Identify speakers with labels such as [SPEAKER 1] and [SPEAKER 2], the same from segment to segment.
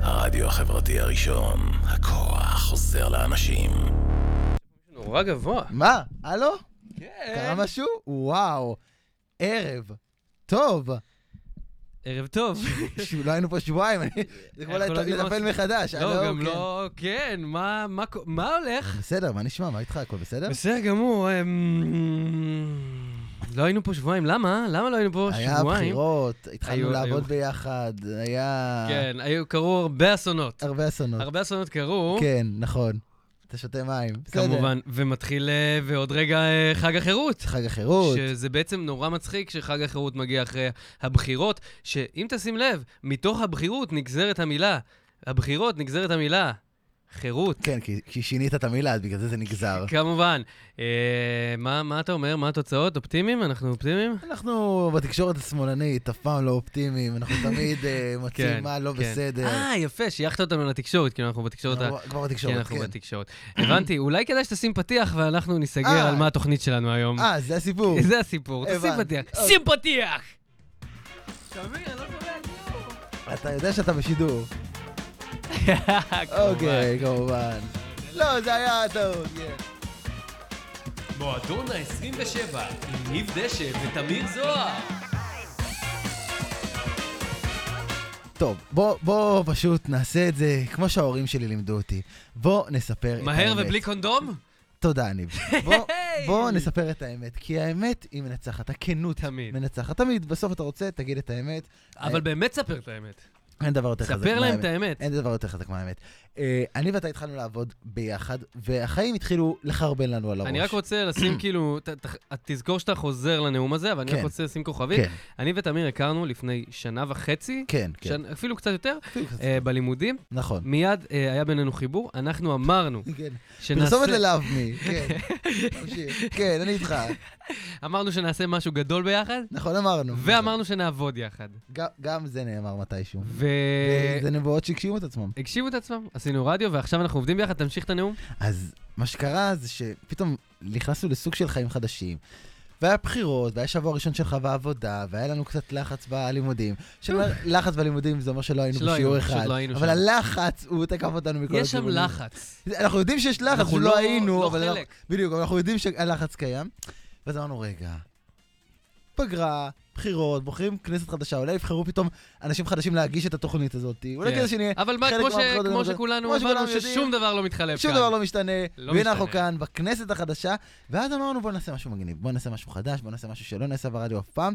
[SPEAKER 1] הרדיו החברתי הראשון, הכוח חוזר לאנשים.
[SPEAKER 2] נורא גבוה.
[SPEAKER 3] מה? הלו?
[SPEAKER 2] כן.
[SPEAKER 3] קרה משהו? וואו. ערב. טוב.
[SPEAKER 4] ערב טוב.
[SPEAKER 3] שלא היינו פה שבועיים, אני... זה כמו
[SPEAKER 4] אנחנו לא
[SPEAKER 3] לט-
[SPEAKER 4] יודעים מה
[SPEAKER 3] לטפל
[SPEAKER 4] עושים.
[SPEAKER 3] מחדש.
[SPEAKER 4] לא,
[SPEAKER 3] הלו,
[SPEAKER 4] גם
[SPEAKER 3] כן.
[SPEAKER 4] לא, כן, מה- מה קו- מה הולך?
[SPEAKER 3] בסדר, מה נשמע? מה איתך? הכל בסדר?
[SPEAKER 4] בסדר גמור, אמ, לא היינו פה שבועיים, למה? למה לא היינו פה
[SPEAKER 3] היה
[SPEAKER 4] שבועיים?
[SPEAKER 3] בחירות,
[SPEAKER 4] היו-
[SPEAKER 3] התחלנו לעבוד
[SPEAKER 4] היו.
[SPEAKER 3] ביחד, היה...
[SPEAKER 4] כן, היו- קרו הרבה אסונות.
[SPEAKER 3] הרבה אסונות.
[SPEAKER 4] הרבה אסונות קרו,
[SPEAKER 3] כן, נכון. אתה שותה מים. בסדר.
[SPEAKER 4] כמובן, ומתחיל, אה, ועוד רגע, אה, חג החירות.
[SPEAKER 3] חג החירות.
[SPEAKER 4] שזה בעצם נורא מצחיק שחג החירות מגיע אחרי הבחירות, שאם תשים לב, מתוך הבחירות נגזרת המילה. הבחירות נגזרת המילה חירות.
[SPEAKER 3] כן, כי כי שינית את המילה, אז בגלל זה זה נגזר.
[SPEAKER 4] כמובן. אה, מה מה אתה אומר? מה התוצאות? אופטימיים? אנחנו אופטימיים?
[SPEAKER 3] אנחנו בתקשורת השמאלנית אף פעם לא אופטימיים, אנחנו תמיד אה,
[SPEAKER 4] כן,
[SPEAKER 3] מוצאים מה לא
[SPEAKER 4] כן.
[SPEAKER 3] בסדר.
[SPEAKER 4] אה, יפה, שייכת אותנו לתקשורת, כאילו אנחנו בתקשורת ה...
[SPEAKER 3] כבר- כבר
[SPEAKER 4] כן,
[SPEAKER 3] בתקשורת,
[SPEAKER 4] אנחנו
[SPEAKER 3] כן.
[SPEAKER 4] בתקשורת. הבנתי, אולי כדאי שתשים פתיח ואנחנו ניסגר
[SPEAKER 3] אה.
[SPEAKER 4] על מה התוכנית שלנו היום.
[SPEAKER 3] אה, זה הסיפור.
[SPEAKER 4] זה הסיפור, תשים
[SPEAKER 3] הבנתי.
[SPEAKER 4] פתיח.
[SPEAKER 3] אוקיי.
[SPEAKER 4] שים פתיח! תמיר, לא קורא
[SPEAKER 3] אתה יודע שאתה בשידור.
[SPEAKER 4] אה,
[SPEAKER 3] אוקיי, כמובן. לא, זה היה טעות. כן.
[SPEAKER 4] מועדון ה-27 עם ניב דשא ותמיר זוהר.
[SPEAKER 3] טוב, בוא- בוא פשוט נעשה את זה כמו שההורים שלי לימדו אותי. בוא נספר את האמת.
[SPEAKER 4] מהר ובלי קונדום?
[SPEAKER 3] תודה, ניב. בוא- בוא נספר את האמת, כי האמת היא מנצחת, הכנות
[SPEAKER 4] תמיד.
[SPEAKER 3] מנצחת. תמיד, בסוף אתה רוצה, תגיד את האמת. אה,
[SPEAKER 4] אבל באמת ספר את האמת.
[SPEAKER 3] אין דבר יותר חזק
[SPEAKER 4] ספר להם את
[SPEAKER 3] מהאמת.
[SPEAKER 4] האמת.
[SPEAKER 3] אין דבר יותר חזק מהאמת. אה, אני ואתה התחלנו לעבוד ביחד, והחיים התחילו לחרבן לנו על הראש.
[SPEAKER 4] אני רק רוצה לשים כאילו, ת- ת- תזכור שאתה חוזר לנאום הזה, אבל אני רק
[SPEAKER 3] כן.
[SPEAKER 4] רוצה לשים כוכבית.
[SPEAKER 3] כן,
[SPEAKER 4] אני ותמיר הכרנו לפני שנה וחצי,
[SPEAKER 3] כן, כן.
[SPEAKER 4] שנ- אפילו קצת יותר,
[SPEAKER 3] אפילו קצת
[SPEAKER 4] אה, בלימודים.
[SPEAKER 3] נכון.
[SPEAKER 4] מיד אה, היה בינינו חיבור, אנחנו אמרנו
[SPEAKER 3] כן.
[SPEAKER 4] שנעשה...
[SPEAKER 3] פרסומת ללאב מי, כן. תמשיך. כן, אני איתך.
[SPEAKER 4] אמרנו שנעשה משהו גדול ביחד,
[SPEAKER 3] נכון, אמרנו.
[SPEAKER 4] ואמרנו שנעבוד יחד.
[SPEAKER 3] גם- גם זה נאמר מתישהו.
[SPEAKER 4] ו... אה,
[SPEAKER 3] זה נבואות שהגשימו את עצמם.
[SPEAKER 4] הגשימו את עצמם, עשינו רדיו, ועכשיו אנחנו עובדים ביחד, תמשיך את הנאום.
[SPEAKER 3] אז מה שקרה זה שפתאום נכנסנו לסוג של חיים חדשים. והיה בחירות, והיה שבוע ראשון שלך בעבודה, והיה לנו קצת לחץ בלימודים. שלא- לחץ בלימודים זה אומר שלא היינו
[SPEAKER 4] שלא היינו,
[SPEAKER 3] בשיעור
[SPEAKER 4] פשוט
[SPEAKER 3] אחד.
[SPEAKER 4] לא היינו
[SPEAKER 3] אבל
[SPEAKER 4] שם.
[SPEAKER 3] הלחץ, הוא תקף אותנו מכל
[SPEAKER 4] יש שם
[SPEAKER 3] הכיוונים.
[SPEAKER 4] לחץ.
[SPEAKER 3] אנחנו יודעים שיש לחץ,
[SPEAKER 4] אנחנו
[SPEAKER 3] שלא
[SPEAKER 4] לא-
[SPEAKER 3] היינו,
[SPEAKER 4] לא
[SPEAKER 3] אבל... אנחנו-
[SPEAKER 4] חלק.
[SPEAKER 3] בדיוק, אבל אנחנו יודעים שהלחץ קיים. ואז אמרנו, רגע, פגרה, בחירות, בוחרים כנסת חדשה, אולי יבחרו פתאום אנשים חדשים להגיש את התוכנית הזאת, אולי
[SPEAKER 4] כן.
[SPEAKER 3] כזה שנהיה...
[SPEAKER 4] אבל מה,
[SPEAKER 3] חלק
[SPEAKER 4] כמו ש-
[SPEAKER 3] מהבחירות
[SPEAKER 4] כמו
[SPEAKER 3] הזה-
[SPEAKER 4] שכולנו
[SPEAKER 3] כמו שכולנו
[SPEAKER 4] אמרנו ששום
[SPEAKER 3] יודעים,
[SPEAKER 4] דבר לא מתחלף
[SPEAKER 3] שום
[SPEAKER 4] כאן.
[SPEAKER 3] דבר לא משתנה,
[SPEAKER 4] לא
[SPEAKER 3] והנה אנחנו
[SPEAKER 4] משתנה.
[SPEAKER 3] כאן בכנסת החדשה, ואז אמרנו בוא נעשה משהו מגניב, בוא נעשה משהו חדש, בוא נעשה משהו שלא נעשה ברדיו אף פעם,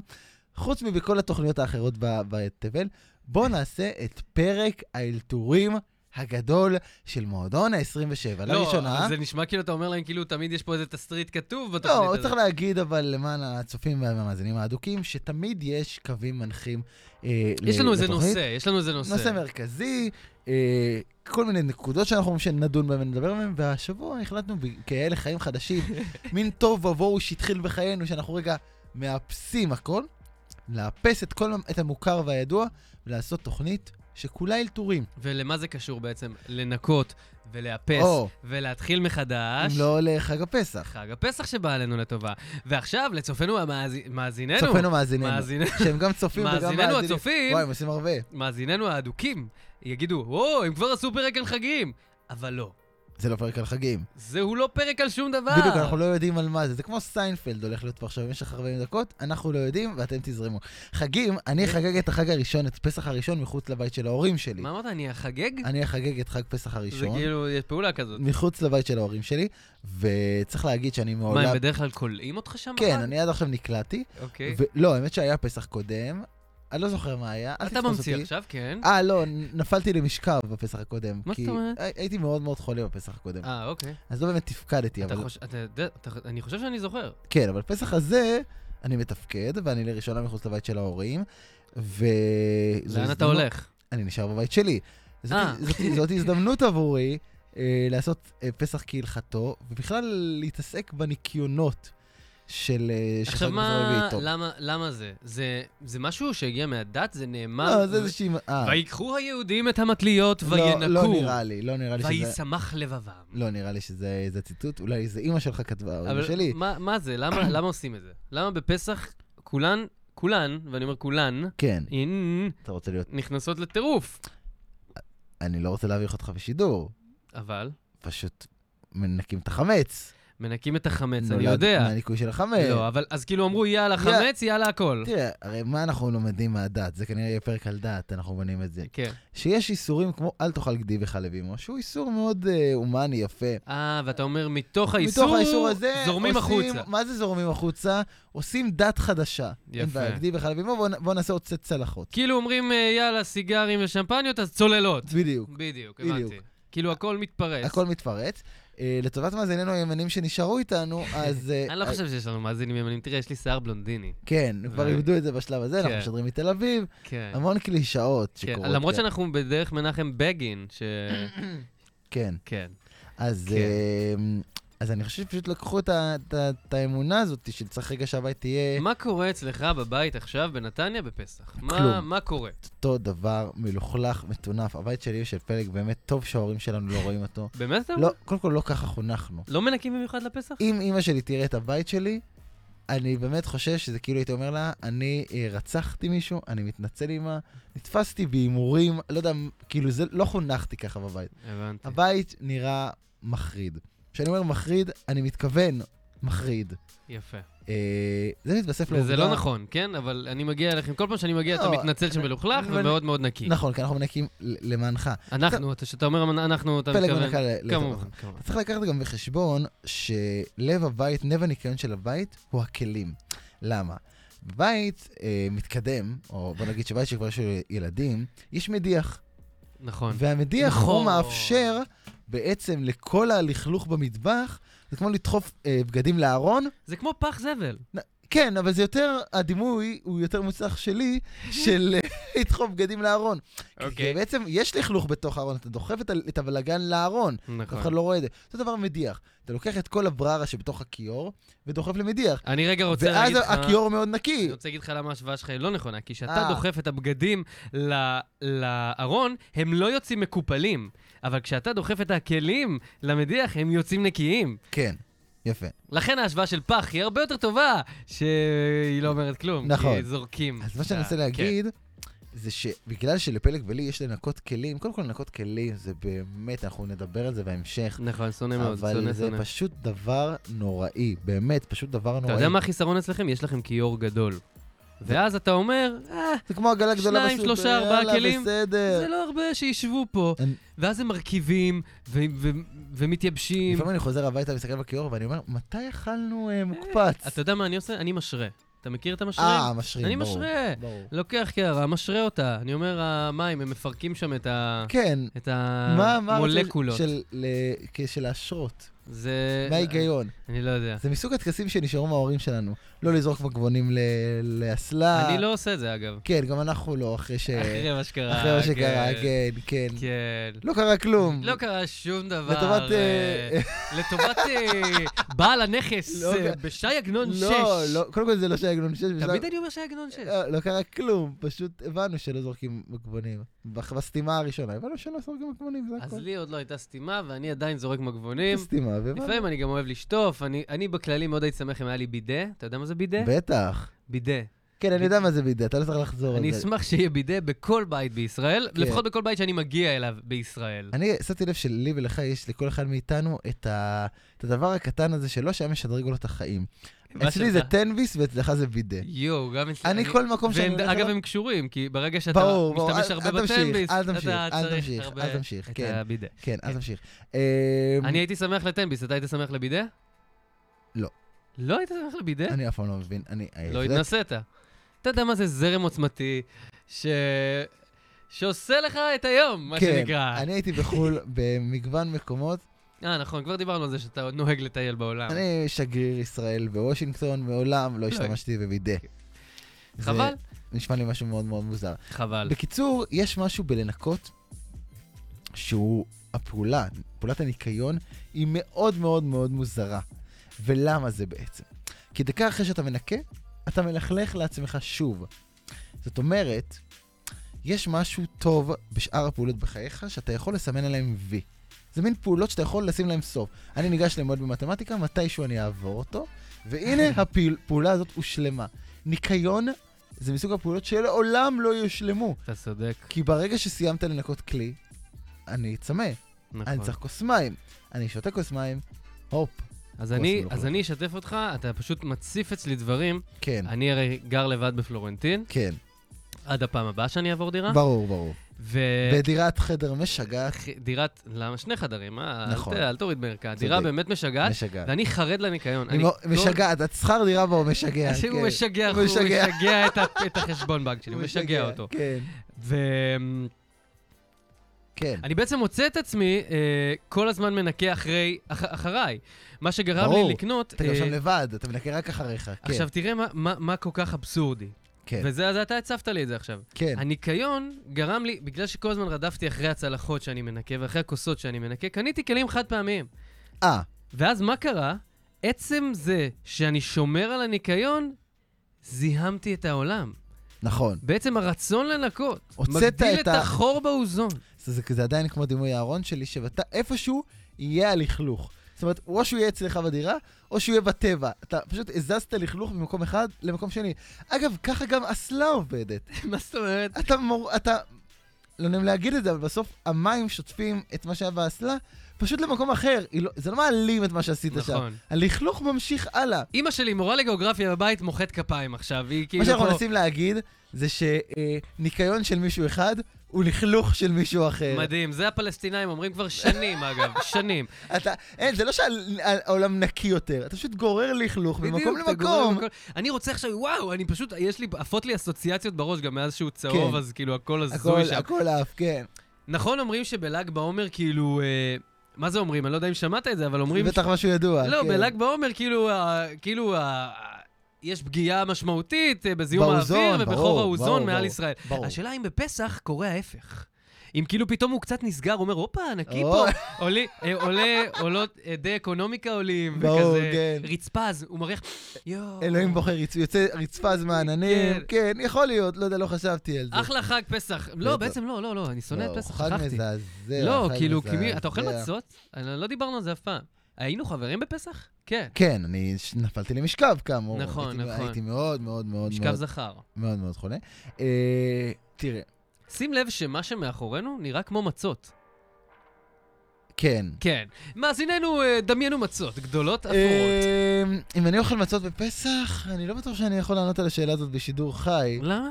[SPEAKER 3] חוץ מבכל התוכניות האחרות ב- בתבל, בוא נעשה את פרק האלתורים הגדול של מועדון ה-27, לראשונה.
[SPEAKER 4] לא, זה נשמע כאילו אתה אומר להם, כאילו תמיד יש פה איזה תסריט כתוב בתוכנית
[SPEAKER 3] לא, צריך
[SPEAKER 4] הזאת.
[SPEAKER 3] להגיד, אבל למען הצופים והמאזינים האדוקים, שתמיד יש קווים מנחים אה,
[SPEAKER 4] יש לנו
[SPEAKER 3] ל-
[SPEAKER 4] איזה
[SPEAKER 3] לתוכנית.
[SPEAKER 4] נושא, יש לנו איזה נושא.
[SPEAKER 3] נושא מרכזי, אה, כל מיני נקודות שאנחנו אומרים שנדון בהן ונדבר בהן, והשבוע החלטנו ב- כאלה חיים חדשים, מין תוהו ובוהו שהתחיל בחיינו, שאנחנו רגע מאפסים הכל, לאפס את כל את המוכר והידוע, ולעשות תוכנית שכולה אלתורים.
[SPEAKER 4] ולמה זה קשור בעצם? לנקות ולאפס
[SPEAKER 3] או.
[SPEAKER 4] ולהתחיל מחדש.
[SPEAKER 3] אם לא לחג הפסח.
[SPEAKER 4] חג הפסח שבא עלינו לטובה. ועכשיו, לצופינו המאזיננו. מאזיננו.
[SPEAKER 3] צופינו מאזיננו,
[SPEAKER 4] מאזיננו-
[SPEAKER 3] שהם גם צופים וגם מאזינים.
[SPEAKER 4] מאזיננו הצופים.
[SPEAKER 3] וואי, הם עושים הרבה.
[SPEAKER 4] מאזיננו האדוקים יגידו, וואו, הם כבר עשו פרק על חגים. אבל לא.
[SPEAKER 3] זה לא פרק על חגים.
[SPEAKER 4] זהו לא פרק על שום דבר.
[SPEAKER 3] בדיוק, אנחנו לא יודעים על מה זה. זה כמו סיינפלד הולך להיות פה עכשיו במשך 40 דקות, אנחנו לא יודעים ואתם תזרמו. חגים, אני אחגג את החג הראשון, את פסח הראשון, מחוץ לבית של ההורים שלי.
[SPEAKER 4] מה אמרת, אני אחגג?
[SPEAKER 3] לא- אני אחגג את חג פסח
[SPEAKER 4] זה
[SPEAKER 3] הראשון,
[SPEAKER 4] כאילו, יש פעולה כזאת.
[SPEAKER 3] מחוץ לבית של ההורים שלי, וצריך להגיד שאני
[SPEAKER 4] מה, הם
[SPEAKER 3] מעולם...
[SPEAKER 4] בדרך כלל כולאים אותך שם?
[SPEAKER 3] כן,
[SPEAKER 4] בחג?
[SPEAKER 3] אני עד עכשיו נקלעתי.
[SPEAKER 4] אוקיי.
[SPEAKER 3] ו- לא, האמת שהיה פסח קודם, אני לא זוכר מה היה, אל
[SPEAKER 4] אתה
[SPEAKER 3] תתפוס
[SPEAKER 4] ממציא
[SPEAKER 3] אותי.
[SPEAKER 4] עכשיו, כן.
[SPEAKER 3] אה, לא, נפלתי למשכב בפסח הקודם.
[SPEAKER 4] מה
[SPEAKER 3] כי
[SPEAKER 4] זאת אומרת?
[SPEAKER 3] הי- הייתי מאוד מאוד חולה בפסח הקודם,
[SPEAKER 4] אה, אוקיי.
[SPEAKER 3] אז לא באמת תפקדתי,
[SPEAKER 4] אתה
[SPEAKER 3] אבל...
[SPEAKER 4] חושב, אתה יודע, אתה- אני חושב שאני זוכר.
[SPEAKER 3] כן, אבל פסח הזה, אני מתפקד, ואני לראשונה מחוץ לבית של ההורים, ו... זו
[SPEAKER 4] לאן אתה
[SPEAKER 3] הזדמנות-
[SPEAKER 4] הולך?
[SPEAKER 3] אני נשאר בבית שלי. זאת,
[SPEAKER 4] אה.
[SPEAKER 3] זאת, זאת הזדמנות עבורי אה, לעשות אה, פסח כהלכתו, ובכלל להתעסק בניקיונות של אה, שחג
[SPEAKER 4] עכשיו
[SPEAKER 3] מזרעי
[SPEAKER 4] מה,
[SPEAKER 3] ואיתו.
[SPEAKER 4] למה- למה זה? זה- זה משהו שהגיע מהדת? זה נאמר?
[SPEAKER 3] לא, זה איזושהי... אה,
[SPEAKER 4] ויקחו היהודים את המטליות
[SPEAKER 3] לא, לא
[SPEAKER 4] וינקו,
[SPEAKER 3] נראה לי, לא נראה לי שזה...
[SPEAKER 4] וישמח לבבם.
[SPEAKER 3] לא נראה לי שזה זה ציטוט, אולי זה אימא שלך כתבה, או אמא שלי.
[SPEAKER 4] מה מה זה? למה למה עושים את זה? למה בפסח כולן, כולן, ואני אומר כולן,
[SPEAKER 3] כן,
[SPEAKER 4] אין,
[SPEAKER 3] אתה רוצה להיות...
[SPEAKER 4] נכנסות לטירוף?
[SPEAKER 3] אני לא רוצה להביך אותך בשידור,
[SPEAKER 4] אבל
[SPEAKER 3] פשוט מנקים את החמץ.
[SPEAKER 4] מנקים את החמץ, אני
[SPEAKER 3] נולד
[SPEAKER 4] יודע.
[SPEAKER 3] מהניקוי של החמץ.
[SPEAKER 4] לא, אבל אז כאילו אמרו, יאללה חמץ, יאללה הכל.
[SPEAKER 3] תראה, הרי מה אנחנו לומדים מהדת? זה כנראה יהיה פרק על דת, אנחנו בונים את זה.
[SPEAKER 4] כן.
[SPEAKER 3] שיש איסורים כמו אל תאכל גדי וחלב אימו, שהוא איסור מאוד אה, הומני, יפה.
[SPEAKER 4] אה, ואתה אומר, מתוך
[SPEAKER 3] מתוך האיסור
[SPEAKER 4] האיסור,
[SPEAKER 3] הזה,
[SPEAKER 4] זורמים
[SPEAKER 3] עושים,
[SPEAKER 4] החוצה.
[SPEAKER 3] מה זה זורמים החוצה? עושים דת חדשה.
[SPEAKER 4] יפה.
[SPEAKER 3] אין בעיה, גדי וחלב אימו, בואו בוא נעשה עוד קצת צלחות.
[SPEAKER 4] כאילו אומרים, אה, יאללה, סיגרים ושמפניות, אז צוללות.
[SPEAKER 3] בדיוק.
[SPEAKER 4] בדיוק,
[SPEAKER 3] בדיוק.
[SPEAKER 4] הבנתי. כאילו הכל מתפרץ.
[SPEAKER 3] הכל מתפרץ. אה, לטובת מאזיננו הימנים שנשארו איתנו, אז... אה,
[SPEAKER 4] אני לא
[SPEAKER 3] אה,
[SPEAKER 4] חושב שיש לנו מאזינים ימנים, תראה, יש לי שיער בלונדיני.
[SPEAKER 3] כן, כבר
[SPEAKER 4] אה.
[SPEAKER 3] איבדו את זה בשלב הזה, אנחנו
[SPEAKER 4] כן.
[SPEAKER 3] משדרים מתל אביב,
[SPEAKER 4] כן.
[SPEAKER 3] המון קלישאות
[SPEAKER 4] כן,
[SPEAKER 3] שקורות.
[SPEAKER 4] למרות
[SPEAKER 3] כאן.
[SPEAKER 4] שאנחנו בדרך מנחם בגין, ש...
[SPEAKER 3] כן.
[SPEAKER 4] כן.
[SPEAKER 3] אז,
[SPEAKER 4] כן.
[SPEAKER 3] אמ, אז אני חושב שפשוט לקחו את ה- את ה- את האמונה הזאת שצריך רגע שהבית תהיה
[SPEAKER 4] מה קורה אצלך בבית עכשיו בנתניה בפסח? מה-
[SPEAKER 3] כלום.
[SPEAKER 4] מה קורה?
[SPEAKER 3] אותו דבר מלוכלך, מטונף. הבית שלי הוא של פלג, באמת טוב שההורים שלנו לא רואים אותו.
[SPEAKER 4] באמת אתה
[SPEAKER 3] לא,
[SPEAKER 4] אומר?
[SPEAKER 3] קודם כל לא ככה חונכנו.
[SPEAKER 4] לא מנקים במיוחד לפסח?
[SPEAKER 3] אם אימא שלי תראה את הבית שלי, אני באמת חושש שזה כאילו הייתי אומר לה, אני אה, רצחתי מישהו, אני מתנצל אימה, נתפסתי בהימורים, לא יודע, כאילו זה, לא חונכתי ככה בבית.
[SPEAKER 4] אוקיי. הבנתי.
[SPEAKER 3] הבית נראה מחריד. כשאני אומר מחריד, אני מתכוון מחריד.
[SPEAKER 4] יפה.
[SPEAKER 3] אה, זה מתווסף לעובדה.
[SPEAKER 4] וזה לא נכון, כן? אבל אני מגיע אליכם, כל פעם שאני מגיע אתה
[SPEAKER 3] לא,
[SPEAKER 4] מתנצל שמלוכלך
[SPEAKER 3] אני-
[SPEAKER 4] ומאוד מאוד נקי.
[SPEAKER 3] נכון, כי אנחנו מנקים ל- למענך.
[SPEAKER 4] אנחנו, אתה- שאתה אומר אנחנו, אתה
[SPEAKER 3] פלג
[SPEAKER 4] מתכוון...
[SPEAKER 3] מנקה ל- לטובתך.
[SPEAKER 4] כמובן, כמובן.
[SPEAKER 3] אתה צריך לקחת גם בחשבון שלב הבית, לב הניקיון של הבית, הוא הכלים. למה? בבית אה, מתקדם, או בוא נגיד שבית שכבר יש לו ילדים, יש מדיח.
[SPEAKER 4] נכון.
[SPEAKER 3] והמדיח הוא
[SPEAKER 4] נכון.
[SPEAKER 3] מאפשר בעצם לכל הלכלוך במטבח, זה כמו לדחוף אה, בגדים לארון.
[SPEAKER 4] זה כמו פח זבל.
[SPEAKER 3] כן, אבל זה יותר, הדימוי הוא יותר מוצלח שלי, של אה, לדחוף בגדים לארון.
[SPEAKER 4] אוקיי.
[SPEAKER 3] כי בעצם יש לכלוך בתוך הארון, אתה דוחף את, ה- את הבלגן לארון. אף אחד
[SPEAKER 4] נכון.
[SPEAKER 3] לא רואה את זה. אותו דבר מדיח. אתה לוקח את כל הבררה שבתוך הכיור ודוחף למדיח.
[SPEAKER 4] אני רגע רוצה
[SPEAKER 3] לא- ואז
[SPEAKER 4] להגיד לך...
[SPEAKER 3] הכיור מאוד נקי.
[SPEAKER 4] אני רוצה להגיד לך למה ההשוואה שלך היא לא נכונה, כי כשאתה
[SPEAKER 3] אה.
[SPEAKER 4] דוחף את הבגדים ל- לארון, הם לא יוצאים מקופלים, אבל כשאתה דוחף את הכלים למדיח, הם יוצאים נקיים.
[SPEAKER 3] כן, יפה.
[SPEAKER 4] לכן ההשוואה של פח היא הרבה יותר טובה, שהיא לא אומרת כלום.
[SPEAKER 3] נכון.
[SPEAKER 4] כי זורקים.
[SPEAKER 3] אז מה שאני
[SPEAKER 4] את ה- כן.
[SPEAKER 3] רוצה להגיד, זה שבגלל שלפלג ולי יש לנקות כלים, קודם כל לנקות כלים זה באמת, אנחנו נדבר על זה בהמשך,
[SPEAKER 4] כן. נכון, שונא מאוד,
[SPEAKER 3] אבל
[SPEAKER 4] שונא,
[SPEAKER 3] זה
[SPEAKER 4] שונא.
[SPEAKER 3] פשוט דבר נוראי, באמת, פשוט דבר
[SPEAKER 4] אתה
[SPEAKER 3] נוראי.
[SPEAKER 4] יודע מה החיסרון אצלכם? יש לכם כיור גדול. ואז אתה אומר, אה,
[SPEAKER 3] זה כמו עגלה גדולה
[SPEAKER 4] שניים, שלושה, ארבעה
[SPEAKER 3] יאללה,
[SPEAKER 4] כלים.
[SPEAKER 3] בסדר.
[SPEAKER 4] זה לא הרבה שישבו פה.
[SPEAKER 3] אני-
[SPEAKER 4] ואז הם מרכיבים, ו- ו- ומתייבשים.
[SPEAKER 3] לפעמים אני חוזר הביתה, מסתכל בכיור, ואני אומר, מתי אכלנו אה, מוקפץ?
[SPEAKER 4] אתה יודע מה אני עושה? אני משרה. אתה מכיר את המשרה?
[SPEAKER 3] אה, משרים,
[SPEAKER 4] אני
[SPEAKER 3] ברור.
[SPEAKER 4] משרה. לא.
[SPEAKER 3] ברור.
[SPEAKER 4] לוקח קערה, משרה אותה. אני אומר, המים, הם מפרקים שם את ה...
[SPEAKER 3] כן,
[SPEAKER 4] את
[SPEAKER 3] מה מה הרצון
[SPEAKER 4] המולקולות.
[SPEAKER 3] של- ל- כ- של להשרות?
[SPEAKER 4] זה...
[SPEAKER 3] מה ההיגיון?
[SPEAKER 4] אני לא יודע.
[SPEAKER 3] זה מסוג הטקסים שנשארו מההורים שלנו. לא לזרוק מגבונים ל- לאסלה.
[SPEAKER 4] אני לא עושה את זה, אגב.
[SPEAKER 3] כן, גם אנחנו לא, אחרי ש...
[SPEAKER 4] אחרי מה שקרה.
[SPEAKER 3] אחרי מה שקרה,
[SPEAKER 4] כן.
[SPEAKER 3] כן, כן.
[SPEAKER 4] כן.
[SPEAKER 3] לא קרה כלום.
[SPEAKER 4] לא קרה שום דבר.
[SPEAKER 3] לטובת...
[SPEAKER 4] אה,
[SPEAKER 3] אה,
[SPEAKER 4] לטובת אה, בעל הנכס
[SPEAKER 3] לא
[SPEAKER 4] אה,
[SPEAKER 3] ק-
[SPEAKER 4] בש"י עגנון 6.
[SPEAKER 3] לא, לא, קודם כל זה לא שהיה עגנון 6.
[SPEAKER 4] תמיד אני אומר ש"י עגנון 6.
[SPEAKER 3] לא קרה כלום, פשוט הבנו שלא זורקים מגבונים. בח- בסתימה הראשונה, הבנו שלא זורקים מגבונים, זה
[SPEAKER 4] אז
[SPEAKER 3] הכול.
[SPEAKER 4] לי עוד לא הייתה סתימה, ואני עדיין זורק מגבונים.
[SPEAKER 3] סתימה, והבנו.
[SPEAKER 4] לפעמים אני גם אוהב לשטוף, אני, אני בכללי מאוד הייתי שמח אם היה לי בידה, אתה יודע מה זה בידה?
[SPEAKER 3] בטח.
[SPEAKER 4] בידה.
[SPEAKER 3] כן, אני יודע מה זה בידי, אתה לא צריך לחזור על
[SPEAKER 4] אני
[SPEAKER 3] זה.
[SPEAKER 4] אשמח שיהיה בידה בכל בית בישראל,
[SPEAKER 3] כן.
[SPEAKER 4] לפחות בכל בית שאני מגיע אליו בישראל.
[SPEAKER 3] אני שמתי לב שלי ולך יש לכל אחד מאיתנו את, ה... את הדבר הקטן הזה שלא שהיה משדרג לו את החיים.
[SPEAKER 4] מה
[SPEAKER 3] אצלי זה
[SPEAKER 4] שלך?
[SPEAKER 3] טנביס ואצלך זה בידה.
[SPEAKER 4] יואו, גם אצלי...
[SPEAKER 3] אני כל מקום שאני
[SPEAKER 4] והם,
[SPEAKER 3] הולך
[SPEAKER 4] אגב,
[SPEAKER 3] אליו-
[SPEAKER 4] הם קשורים, כי ברגע שאתה
[SPEAKER 3] ברור, ברור,
[SPEAKER 4] משתמש
[SPEAKER 3] אל-
[SPEAKER 4] הרבה
[SPEAKER 3] אל תמשיך,
[SPEAKER 4] בטנביס,
[SPEAKER 3] אל תמשיך,
[SPEAKER 4] אתה
[SPEAKER 3] אל
[SPEAKER 4] צריך
[SPEAKER 3] תמשיך,
[SPEAKER 4] הרבה
[SPEAKER 3] אל תמשיך,
[SPEAKER 4] את
[SPEAKER 3] כן.
[SPEAKER 4] הבידה.
[SPEAKER 3] כן, אז נמשיך. אמ,
[SPEAKER 4] אני הייתי שמח לטנביס, אתה היית שמח לבידה?
[SPEAKER 3] לא.
[SPEAKER 4] לא היית שמח לבידה?
[SPEAKER 3] אני אף פעם לא מבין. אני...
[SPEAKER 4] לא
[SPEAKER 3] אה,
[SPEAKER 4] התנסית. אתה יודע מה זה זרם עוצמתי, ש... שעושה לך את היום, מה
[SPEAKER 3] כן,
[SPEAKER 4] שנקרא.
[SPEAKER 3] אני הייתי בחו"ל במגוון מקומות.
[SPEAKER 4] אה, נכון, כבר דיברנו על זה שאתה עוד נוהג לטייל בעולם.
[SPEAKER 3] אני שגריר ישראל בוושינגטון, מעולם לא השתמשתי בבידה. זה
[SPEAKER 4] חבל,
[SPEAKER 3] נשמע לי משהו מאוד מאוד מוזר.
[SPEAKER 4] חבל.
[SPEAKER 3] בקיצור, יש משהו בלנקות שהוא הפעולה, פעולת הניקיון, היא מאוד מאוד מאוד מוזרה. ולמה זה בעצם? כי דקה אחרי שאתה מנקה, אתה מלכלך לעצמך שוב. זאת אומרת, יש משהו טוב בשאר הפעולות בחייך שאתה יכול לסמן עליהן וי. זה מין פעולות שאתה יכול לשים להן סוף. אני ניגש למועד במתמטיקה, מתישהו אני אעבור אותו, והנה הפעולה הזאת הושלמה. ניקיון זה מסוג הפעולות שלעולם לא יושלמו.
[SPEAKER 4] אתה צודק.
[SPEAKER 3] כי ברגע שסיימת לנקות כלי, אני צמא, אני
[SPEAKER 4] נכון.
[SPEAKER 3] צריך כוס מים. אני שותה כוס מים, הופ,
[SPEAKER 4] אז אני-
[SPEAKER 3] מלוכלך.
[SPEAKER 4] אז אני אשתף אותך, אתה פשוט מציף אצלי דברים.
[SPEAKER 3] כן,
[SPEAKER 4] אני הרי גר לבד בפלורנטין,
[SPEAKER 3] כן,
[SPEAKER 4] עד הפעם הבאה שאני אעבור דירה.
[SPEAKER 3] ברור, ברור.
[SPEAKER 4] ו...
[SPEAKER 3] בדירת חדר משגעת,
[SPEAKER 4] ח- דירת, למה? שני חדרים, אה?
[SPEAKER 3] נכון.
[SPEAKER 4] נכון. אל תוריד מערכה. דירה
[SPEAKER 3] צודק.
[SPEAKER 4] באמת משגעת,
[SPEAKER 3] משגעת.
[SPEAKER 4] ואני חרד לניקיון.
[SPEAKER 3] היא
[SPEAKER 4] אני
[SPEAKER 3] מאוד-
[SPEAKER 4] כל-
[SPEAKER 3] משגעת, את שכר דירה בו הוא משגע.
[SPEAKER 4] אז
[SPEAKER 3] כן.
[SPEAKER 4] הוא משגע,
[SPEAKER 3] הוא
[SPEAKER 4] הוא
[SPEAKER 3] משגע.
[SPEAKER 4] משגע את ה- את החשבון בנק שלי, הוא משגע אותו.
[SPEAKER 3] כן,
[SPEAKER 4] ואני
[SPEAKER 3] כן.
[SPEAKER 4] בעצם מוצא את עצמי אה, כל הזמן מנקה אחרי, אח- אחריי. מה שגרם
[SPEAKER 3] ברור.
[SPEAKER 4] לי לקנות...
[SPEAKER 3] אתה
[SPEAKER 4] אה,
[SPEAKER 3] גם שם לבד, אתה מנקה רק אחריך. כן,
[SPEAKER 4] עכשיו תראה מה- מה מה כל כך אבסורדי.
[SPEAKER 3] כן,
[SPEAKER 4] וזה, אז אתה הצפת לי את זה עכשיו.
[SPEAKER 3] כן.
[SPEAKER 4] הניקיון גרם לי, בגלל שכל הזמן רדפתי אחרי הצלחות שאני מנקה ואחרי הכוסות שאני מנקה, קניתי כלים חד פעמיים.
[SPEAKER 3] אה,
[SPEAKER 4] ואז מה קרה? עצם זה שאני שומר על הניקיון, זיהמתי את העולם.
[SPEAKER 3] נכון.
[SPEAKER 4] בעצם הרצון לנקות
[SPEAKER 3] הוצאת
[SPEAKER 4] מגדיל
[SPEAKER 3] את
[SPEAKER 4] את
[SPEAKER 3] ה-
[SPEAKER 4] החור באוזון.
[SPEAKER 3] זה, זה, זה עדיין כמו דימוי הארון שלי, שאיפשהו יהיה הלכלוך. זאת אומרת, או שהוא יהיה אצלך בדירה, או שהוא יהיה בטבע. אתה פשוט הזזת לכלוך ממקום אחד למקום שני. אגב, ככה גם אסלה עובדת.
[SPEAKER 4] מה זאת אומרת?
[SPEAKER 3] אתה מור... אתה... לא נעים להגיד את זה, אבל בסוף המים שוטפים את מה שהיה באסלה, פשוט למקום אחר. היא לא... זה לא מעלים את מה שעשית שם.
[SPEAKER 4] נכון.
[SPEAKER 3] הלכלוך ממשיך הלאה.
[SPEAKER 4] אימא שלי, מורה לגיאוגרפיה בבית, מוחאת כפיים עכשיו, היא כאילו...
[SPEAKER 3] מה שאנחנו
[SPEAKER 4] פה-
[SPEAKER 3] מנסים להגיד זה שניקיון של מישהו אחד הוא לכלוך של מישהו אחר.
[SPEAKER 4] מדהים, זה הפלסטינאים אומרים כבר שנים, אגב, שנים.
[SPEAKER 3] אתה, אין, זה לא שהעולם נקי יותר, אתה פשוט גורר לכלוך ממקום
[SPEAKER 4] בדיוק, אתה גורם
[SPEAKER 3] למקום.
[SPEAKER 4] למקום. אני רוצה עכשיו, וואו, אני פשוט, יש לי, עפות לי אסוציאציות בראש גם מאז שהוא צהוב,
[SPEAKER 3] כן.
[SPEAKER 4] אז כאילו הכל הזוי
[SPEAKER 3] הכל,
[SPEAKER 4] שם.
[SPEAKER 3] הכל עף, כן.
[SPEAKER 4] נכון אומרים שבל"ג בעומר, כאילו, אה, מה זה אומרים? אני לא יודע אם שמעת את זה, אבל אומרים...
[SPEAKER 3] זה בטח משהו ידוע.
[SPEAKER 4] לא,
[SPEAKER 3] כן.
[SPEAKER 4] בל"ג בעומר, כאילו, ה- כאילו, ה- יש פגיעה משמעותית אה, בזיהום
[SPEAKER 3] באוזון,
[SPEAKER 4] האוויר
[SPEAKER 3] ברור,
[SPEAKER 4] ובחור
[SPEAKER 3] ברור,
[SPEAKER 4] האוזון מעל
[SPEAKER 3] ברור.
[SPEAKER 4] ישראל.
[SPEAKER 3] ברור.
[SPEAKER 4] השאלה אם בפסח קורה ההפך. אם כאילו פתאום הוא קצת נסגר, הוא אומר, הופה, נקי
[SPEAKER 3] או.
[SPEAKER 4] פה, עולה, אה, עולה, עולות עדי אקונומיקה עולים,
[SPEAKER 3] ברור,
[SPEAKER 4] וכזה,
[SPEAKER 3] כן.
[SPEAKER 4] רצפה, אז הוא מריח, יואו.
[SPEAKER 3] אלוהים בוחר, יצ- יוצא רצפה אז מהעננים,
[SPEAKER 4] כן.
[SPEAKER 3] כן, יכול להיות, לא יודע, לא חשבתי על זה.
[SPEAKER 4] אחלה חג פסח. לא,
[SPEAKER 3] בטח.
[SPEAKER 4] בעצם לא, לא, לא, אני שונא את
[SPEAKER 3] לא,
[SPEAKER 4] פסח,
[SPEAKER 3] חג
[SPEAKER 4] שכחתי.
[SPEAKER 3] מזעזע,
[SPEAKER 4] לא,
[SPEAKER 3] חג
[SPEAKER 4] כאילו, כי
[SPEAKER 3] מזעזע.
[SPEAKER 4] מי- אתה אוכל מצות? אני- לא דיברנו על זה אף פעם. היינו חברים בפסח? כן.
[SPEAKER 3] כן, אני ש- נפלתי למשכב כאמור.
[SPEAKER 4] נכון,
[SPEAKER 3] הייתי-
[SPEAKER 4] נכון.
[SPEAKER 3] הייתי מאוד מאוד מאוד
[SPEAKER 4] משכב
[SPEAKER 3] מאוד-
[SPEAKER 4] זכר.
[SPEAKER 3] מאוד מאוד חולה. אה, תראה,
[SPEAKER 4] שים לב שמה שמאחורינו נראה כמו מצות.
[SPEAKER 3] כן.
[SPEAKER 4] כן. מאזיננו, אה, דמיינו מצות גדולות, אפורות.
[SPEAKER 3] אה, אם אני אוכל מצות בפסח, אני לא בטוח שאני יכול לענות על השאלה הזאת בשידור חי.
[SPEAKER 4] למה?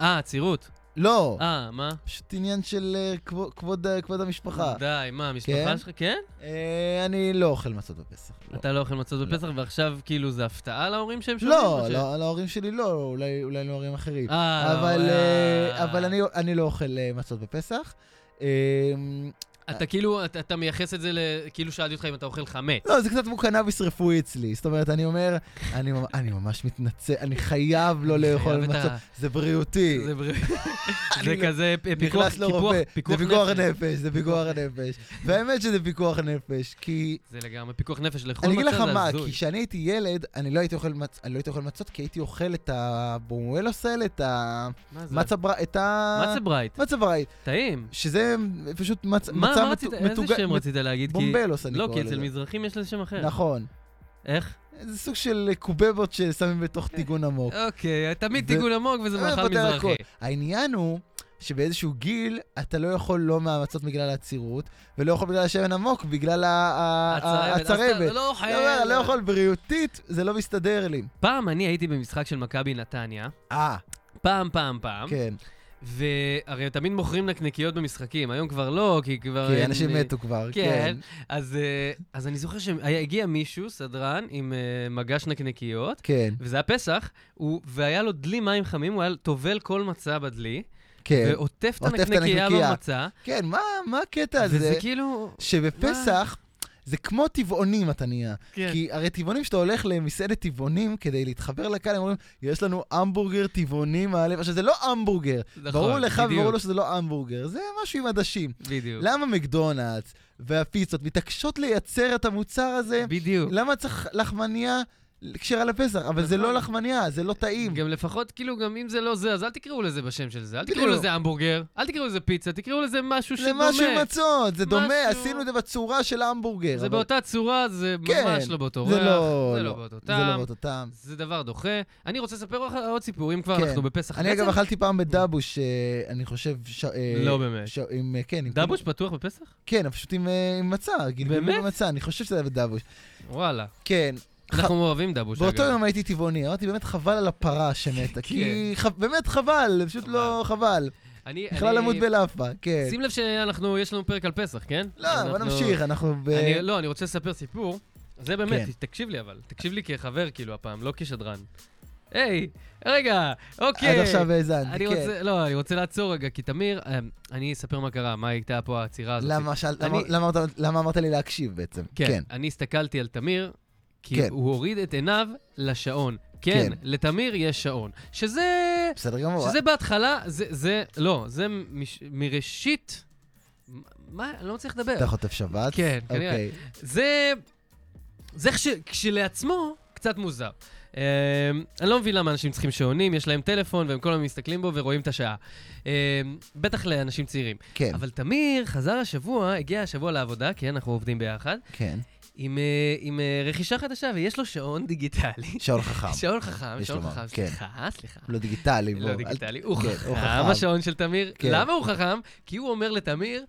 [SPEAKER 4] אה, עצירות.
[SPEAKER 3] לא,
[SPEAKER 4] אה, מה?
[SPEAKER 3] פשוט עניין של אה, כבו- כבוד ה- כבוד המשפחה.
[SPEAKER 4] די, מה,
[SPEAKER 3] כן?
[SPEAKER 4] המשפחה שלך? כן?
[SPEAKER 3] אה, אני לא אוכל מצות בפסח. לא.
[SPEAKER 4] אתה לא אוכל מצות בפסח, ועכשיו כאילו זה הפתעה להורים שהם שומעים?
[SPEAKER 3] לא,
[SPEAKER 4] או ש-
[SPEAKER 3] לא, להורים שלי לא, אולי אולי להורים אחרים.
[SPEAKER 4] אה,
[SPEAKER 3] אבל,
[SPEAKER 4] וואלה.
[SPEAKER 3] אה, אבל אני, אני לא אוכל אה, מצות בפסח. אה,
[SPEAKER 4] אתה כאילו, אתה- אתה מייחס את זה ל... כאילו שאלתי אותך אם אתה אוכל חמץ.
[SPEAKER 3] לא, זה קצת כמו קנאביס רפואי אצלי. זאת אומרת, אני אומר, אני, ממ- אני ממש מתנצל, אני חייב לא
[SPEAKER 4] אני
[SPEAKER 3] לאכול
[SPEAKER 4] חייב את
[SPEAKER 3] מצות,
[SPEAKER 4] ה-
[SPEAKER 3] זה בריאותי.
[SPEAKER 4] אה, זה בר- זה כזה פ- פיקוח,
[SPEAKER 3] נכנס
[SPEAKER 4] קיפוח,
[SPEAKER 3] לרופא, זה
[SPEAKER 4] פיקוח
[SPEAKER 3] פיקוח
[SPEAKER 4] נפש.
[SPEAKER 3] נפש, זה פיקוח נפש. והאמת שזה פיקוח נפש, כי...
[SPEAKER 4] זה לגמרי פיקוח נפש לכל מצב
[SPEAKER 3] אני אגיד לך מה, כי כשאני הייתי ילד, אני לא הייתי אוכל מצ- אני לא הייתי אוכל מצות, כי הייתי אוכל את הבומואלוס האלה, את ה... מצה בר... את ה...
[SPEAKER 4] מצה ברייט,
[SPEAKER 3] מצה ברייט,
[SPEAKER 4] טעים.
[SPEAKER 3] שזה פשוט מצ- מצה
[SPEAKER 4] מה מה רצית,
[SPEAKER 3] מתוג-
[SPEAKER 4] איזה
[SPEAKER 3] מתוג-
[SPEAKER 4] שם
[SPEAKER 3] מת-
[SPEAKER 4] רצית להגיד? כי-
[SPEAKER 3] בומבלוס אני
[SPEAKER 4] לא,
[SPEAKER 3] קורא
[SPEAKER 4] כי
[SPEAKER 3] לזה.
[SPEAKER 4] אצל מזרחים יש לזה שם אחר.
[SPEAKER 3] נכון.
[SPEAKER 4] איך?
[SPEAKER 3] זה סוג של קובבות ששמים בתוך טיגון עמוק.
[SPEAKER 4] אוקיי, תמיד
[SPEAKER 3] ו-
[SPEAKER 4] טיגון עמוק וזה
[SPEAKER 3] אה,
[SPEAKER 4] מאכל
[SPEAKER 3] פותר
[SPEAKER 4] מזרחי.
[SPEAKER 3] הכל. העניין הוא שבאיזשהו גיל אתה לא יכול לא מהמצות בגלל העצירות, ולא יכול בגלל השמן עמוק, בגלל ה- ה- ה-
[SPEAKER 4] הצרבת, אז אתה
[SPEAKER 3] הצרבת.
[SPEAKER 4] לא אוכל.
[SPEAKER 3] אני אומר, לא יכול בריאותית, זה לא מסתדר לי.
[SPEAKER 4] פעם אני הייתי במשחק של מכבי נתניה,
[SPEAKER 3] אה,
[SPEAKER 4] פעם, פעם, פעם,
[SPEAKER 3] כן.
[SPEAKER 4] והרי תמיד מוכרים נקניקיות במשחקים, היום כבר לא, כי כבר...
[SPEAKER 3] כי
[SPEAKER 4] אין-
[SPEAKER 3] אנשים מתו כבר, כן.
[SPEAKER 4] כן. אז אה, אז אני זוכר שהגיע מישהו, סדרן, עם אה, מגש נקניקיות,
[SPEAKER 3] כן,
[SPEAKER 4] וזה היה פסח, הוא, והיה לו דלי מים חמים, הוא היה טובל כל מצה בדלי,
[SPEAKER 3] כן.
[SPEAKER 4] ועוטף את
[SPEAKER 3] עוטף את
[SPEAKER 4] הנקניקייה
[SPEAKER 3] הנקניקייה.
[SPEAKER 4] במצה,
[SPEAKER 3] כן, מה- מה הקטע הזה?
[SPEAKER 4] וזה כאילו...
[SPEAKER 3] שבפסח... זה כמו טבעונים אתה נהיה,
[SPEAKER 4] כן.
[SPEAKER 3] כי הרי טבעונים, כשאתה הולך למסעדת טבעונים כדי להתחבר לקהל, הם אומרים, יש לנו המבורגר טבעוני מהלב. עכשיו, זה לא המבורגר,
[SPEAKER 4] נכון,
[SPEAKER 3] ברור לך
[SPEAKER 4] בדיוק,
[SPEAKER 3] וברור לו שזה לא המבורגר, זה משהו עם עדשים.
[SPEAKER 4] בדיוק,
[SPEAKER 3] למה מקדונלדס והפיצות מתעקשות לייצר את המוצר הזה?
[SPEAKER 4] בדיוק. נכון.
[SPEAKER 3] למה צריך לחמניה כשרה לפסח, אבל זה לא לחמניה, זה לא טעים.
[SPEAKER 4] גם לפחות, כאילו, גם אם זה לא זה, אז אל תקראו לזה בשם של זה. אל תקראו
[SPEAKER 3] בדיוק.
[SPEAKER 4] לזה המבורגר, אל תקראו לזה פיצה, תקראו לזה משהו
[SPEAKER 3] זה
[SPEAKER 4] שדומה.
[SPEAKER 3] משהו עם מצות, זה דומה,
[SPEAKER 4] משהו-
[SPEAKER 3] עשינו את זה בצורה של ההמבורגר.
[SPEAKER 4] זה
[SPEAKER 3] אבל-
[SPEAKER 4] באותה צורה, זה
[SPEAKER 3] כן,
[SPEAKER 4] ממש לא באותו ריח,
[SPEAKER 3] זה לא,
[SPEAKER 4] זה לא באותו
[SPEAKER 3] זה לא
[SPEAKER 4] טעם,
[SPEAKER 3] באותו טעם.
[SPEAKER 4] זה דבר דוחה. אני רוצה לספר לך עוד סיפור, אם כבר
[SPEAKER 3] כן.
[SPEAKER 4] אנחנו בפסח.
[SPEAKER 3] אני אגב
[SPEAKER 4] בעצם-
[SPEAKER 3] אכלתי פעם בדבוש, אה, אני חושב... ש- אה,
[SPEAKER 4] לא באמת.
[SPEAKER 3] ש- עם, אה, כן, עם-
[SPEAKER 4] דבוש פתוח בפסח?
[SPEAKER 3] כן, אבל פשוט עם אה, עם מצה, גלגולים
[SPEAKER 4] באמת?
[SPEAKER 3] במצה, אני חושב שזה היה בדבוש.
[SPEAKER 4] וואלה.
[SPEAKER 3] כן.
[SPEAKER 4] אנחנו אוהבים דבוש, אגב.
[SPEAKER 3] באותו יום הייתי טבעוני, אמרתי באמת חבל על הפרה שמתה, כי
[SPEAKER 4] כן.
[SPEAKER 3] ח- באמת חבל, פשוט לא חבל.
[SPEAKER 4] אני-
[SPEAKER 3] יכלה
[SPEAKER 4] אני-
[SPEAKER 3] למות בלאפה, כן.
[SPEAKER 4] שים לב שאנחנו, יש לנו פרק על פסח, כן?
[SPEAKER 3] לא, בוא
[SPEAKER 4] אנחנו-
[SPEAKER 3] נמשיך, אנחנו ב...
[SPEAKER 4] אני- לא, אני רוצה לספר סיפור. זה באמת,
[SPEAKER 3] כן.
[SPEAKER 4] תקשיב לי אבל. תקשיב לי כחבר, כאילו, הפעם, לא כשדרן. היי, רגע, אוקיי.
[SPEAKER 3] עד עכשיו האזנתי,
[SPEAKER 4] אני
[SPEAKER 3] כן.
[SPEAKER 4] רוצה, לא, אני רוצה לעצור רגע, כי תמיר, אה, אני אספר מה קרה, מה הייתה פה העצירה הזאת.
[SPEAKER 3] למה שאל-
[SPEAKER 4] אוקיי. אני-
[SPEAKER 3] למה- למה אמרת- למה אמרת לי להקשיב בעצם?
[SPEAKER 4] כן. אני הסתכלתי על תמיר, כי
[SPEAKER 3] כן.
[SPEAKER 4] הוא הוריד את עיניו לשעון.
[SPEAKER 3] כן. אה.
[SPEAKER 4] כן, לתמיר יש שעון. שזה...
[SPEAKER 3] בסדר גמור.
[SPEAKER 4] שזה בהתחלה, זה, זה, לא, זה מש, מראשית... מה? אני לא מצליח לדבר.
[SPEAKER 3] אתה חוטף שבת?
[SPEAKER 4] כן, כנראה.
[SPEAKER 3] אוקיי.
[SPEAKER 4] זה... זה כש, כשלעצמו קצת מוזר. Um, אני לא מבין למה אנשים צריכים שעונים, יש להם טלפון והם כל הזמן מסתכלים בו ורואים את השעה. Um, בטח לאנשים צעירים.
[SPEAKER 3] כן,
[SPEAKER 4] אבל תמיר חזר השבוע, הגיע השבוע לעבודה, כי אנחנו עובדים ביחד,
[SPEAKER 3] כן.
[SPEAKER 4] עם, אה, עם אה, רכישה חדשה, ויש לו שעון דיגיטלי.
[SPEAKER 3] שעון חכם.
[SPEAKER 4] שעון חכם,
[SPEAKER 3] יש
[SPEAKER 4] שעון
[SPEAKER 3] לומר,
[SPEAKER 4] חכם,
[SPEAKER 3] כן.
[SPEAKER 4] סליחה, סליחה.
[SPEAKER 3] לא דיגיטלי. בוא,
[SPEAKER 4] לא
[SPEAKER 3] אל-
[SPEAKER 4] דיגיטלי, הוא
[SPEAKER 3] כן,
[SPEAKER 4] חכם, השעון של תמיר.
[SPEAKER 3] כן.
[SPEAKER 4] למה הוא חכם? כי הוא אומר לתמיר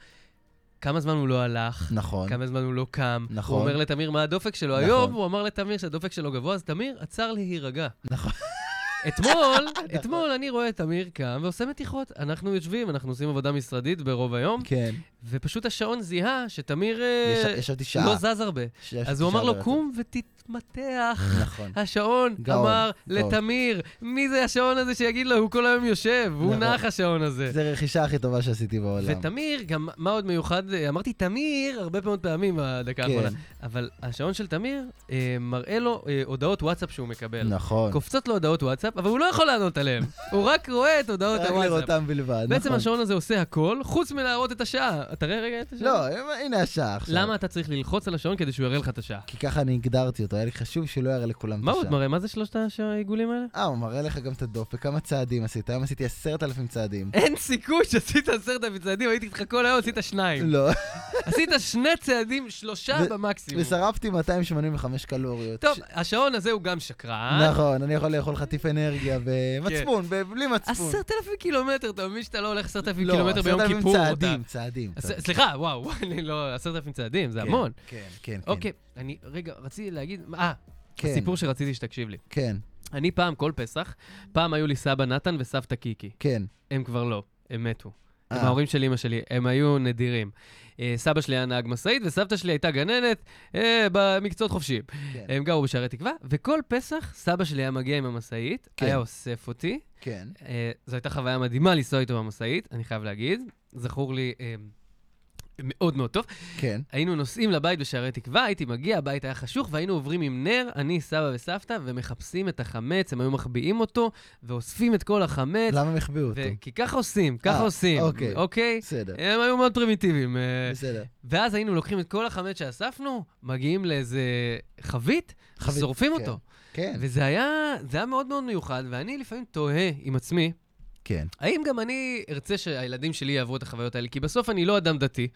[SPEAKER 4] כמה זמן הוא לא הלך,
[SPEAKER 3] נכון.
[SPEAKER 4] כמה זמן הוא לא קם.
[SPEAKER 3] נכון.
[SPEAKER 4] הוא אומר לתמיר מה הדופק שלו.
[SPEAKER 3] נכון.
[SPEAKER 4] היום הוא אמר לתמיר שהדופק שלו גבוה, אז תמיר עצר להירגע.
[SPEAKER 3] נכון.
[SPEAKER 4] אתמול, אתמול אני רואה את תמיר קם ועושה מתיחות. אנחנו יושבים, אנחנו עושים עבודה משרדית ברוב היום,
[SPEAKER 3] כן.
[SPEAKER 4] ופשוט השעון זיהה שתמיר אה,
[SPEAKER 3] יש- ישבתי שעה.
[SPEAKER 4] לא זז הרבה.
[SPEAKER 3] שיש-
[SPEAKER 4] אז הוא אמר
[SPEAKER 3] שעה
[SPEAKER 4] לו,
[SPEAKER 3] ברצף.
[SPEAKER 4] קום ותתמתח.
[SPEAKER 3] נכון.
[SPEAKER 4] השעון
[SPEAKER 3] גאון,
[SPEAKER 4] אמר
[SPEAKER 3] גאון.
[SPEAKER 4] לתמיר, מי זה השעון הזה שיגיד לו, הוא כל היום יושב, הוא
[SPEAKER 3] נכון.
[SPEAKER 4] נח השעון הזה.
[SPEAKER 3] זה הרכישה הכי טובה שעשיתי בעולם.
[SPEAKER 4] ותמיר, גם מה עוד מיוחד, אה, אמרתי תמיר הרבה מאוד פעמים בדקה
[SPEAKER 3] כן.
[SPEAKER 4] האחרונה, אבל השעון של תמיר אה, מראה לו אה, הודעות וואטסאפ שהוא מקבל.
[SPEAKER 3] נכון.
[SPEAKER 4] קופצות לו הודעות וואטסאפ, אבל הוא לא יכול לענות עליהן, הוא רק רואה את הודעות
[SPEAKER 3] רק לראות
[SPEAKER 4] הוואטסאפ.
[SPEAKER 3] אותם בלבד.
[SPEAKER 4] בעצם
[SPEAKER 3] נכון.
[SPEAKER 4] השעון הזה עושה הכל, חוץ מלהראות את השעה. תראה רגע את השעה.
[SPEAKER 3] לא, הנה השעה עכשיו.
[SPEAKER 4] כן. למה אתה צריך ללחוץ על השעון כדי שהוא יראה לך את השעה?
[SPEAKER 3] כי ככה אני הגדרתי אותו, היה לי חשוב שלא יראה לכולם את השעה.
[SPEAKER 4] מה הוא עוד מראה? מה זה שלושת הש- העיגולים האלה?
[SPEAKER 3] אה, הוא מראה לך גם את הדופק, כמה צעדים עשית, היום עשיתי עשרת אלפים צעדים.
[SPEAKER 4] אין סיכוי שעשית עשרת אלפים צעדים, הייתי איתך כל היום, עשית שניים.
[SPEAKER 3] לא,
[SPEAKER 4] עשית שני צעדים, שלושה
[SPEAKER 3] ו-
[SPEAKER 4] במקסימום.
[SPEAKER 3] ושרפתי 285 קלוריות.
[SPEAKER 4] טוב, אה?
[SPEAKER 3] ש-
[SPEAKER 4] השעון הזה הוא גם שקרן.
[SPEAKER 3] נכון, אני יכול לאכול חטיף אנרגיה
[SPEAKER 4] כן.
[SPEAKER 3] במצפון, ב- בלי מצפון.
[SPEAKER 4] עשרת אלפים קילומטר, אתה מבין שאתה לא הולך עשרת אלפים
[SPEAKER 3] לא,
[SPEAKER 4] קילומטר ביום
[SPEAKER 3] 10,000
[SPEAKER 4] כיפור? אתה-
[SPEAKER 3] צעדים, צעדים.
[SPEAKER 4] עש-
[SPEAKER 3] צעדים.
[SPEAKER 4] סליחה, וואו, אני לא, עשרת אלפים צעדים, זה
[SPEAKER 3] כן,
[SPEAKER 4] המון.
[SPEAKER 3] כן, כן, כן.
[SPEAKER 4] אוקיי, אני, רגע, רציתי להגיד, אה,
[SPEAKER 3] כן,
[SPEAKER 4] הסיפור שרציתי שתקשיב לי.
[SPEAKER 3] כן,
[SPEAKER 4] אני פעם, כל פסח, פעם היו לי סבא נתן וסבתא קיקי.
[SPEAKER 3] כן.
[SPEAKER 4] הם כבר לא, הם מתו. הם
[SPEAKER 3] אה,
[SPEAKER 4] ההורים של אימא שלי, הם היו נדירים. אה, סבא שלי היה נהג משאית וסבתא שלי הייתה גננת אה, במקצועות חופשיים.
[SPEAKER 3] כן,
[SPEAKER 4] הם גרו בשערי תקווה, וכל פסח סבא שלי היה מגיע עם המשאית,
[SPEAKER 3] כן.
[SPEAKER 4] היה אוסף אותי.
[SPEAKER 3] כן.
[SPEAKER 4] אה, זו הייתה חוויה מדהימה לנסוע איתו במשאית, אני חייב להגיד. זכור לי אה, מאוד מאוד טוב.
[SPEAKER 3] כן,
[SPEAKER 4] היינו נוסעים לבית בשערי תקווה, הייתי מגיע, הבית היה חשוך, והיינו עוברים עם נר, אני, סבא וסבתא, ומחפשים את החמץ, הם היו מחביאים אותו, ואוספים את כל החמץ.
[SPEAKER 3] כן. למה הם החביאו אותו?
[SPEAKER 4] ו- כי ככה עושים, ככה
[SPEAKER 3] אה,
[SPEAKER 4] עושים,
[SPEAKER 3] אוקיי.
[SPEAKER 4] אוקיי?
[SPEAKER 3] בסדר,
[SPEAKER 4] הם היו מאוד פרימיטיביים. אה,
[SPEAKER 3] בסדר.
[SPEAKER 4] ואז היינו לוקחים את כל החמץ שאספנו, מגיעים לאיזה חבית,
[SPEAKER 3] חבית,
[SPEAKER 4] שורפים
[SPEAKER 3] כן.
[SPEAKER 4] אותו.
[SPEAKER 3] כן,
[SPEAKER 4] וזה היה, זה היה מאוד מאוד מיוחד, ואני לפעמים תוהה עם עצמי,
[SPEAKER 3] כן.
[SPEAKER 4] האם גם אני ארצה שהילדים שלי יעברו את החוויות האלה? כי בסוף אני לא אדם דתי.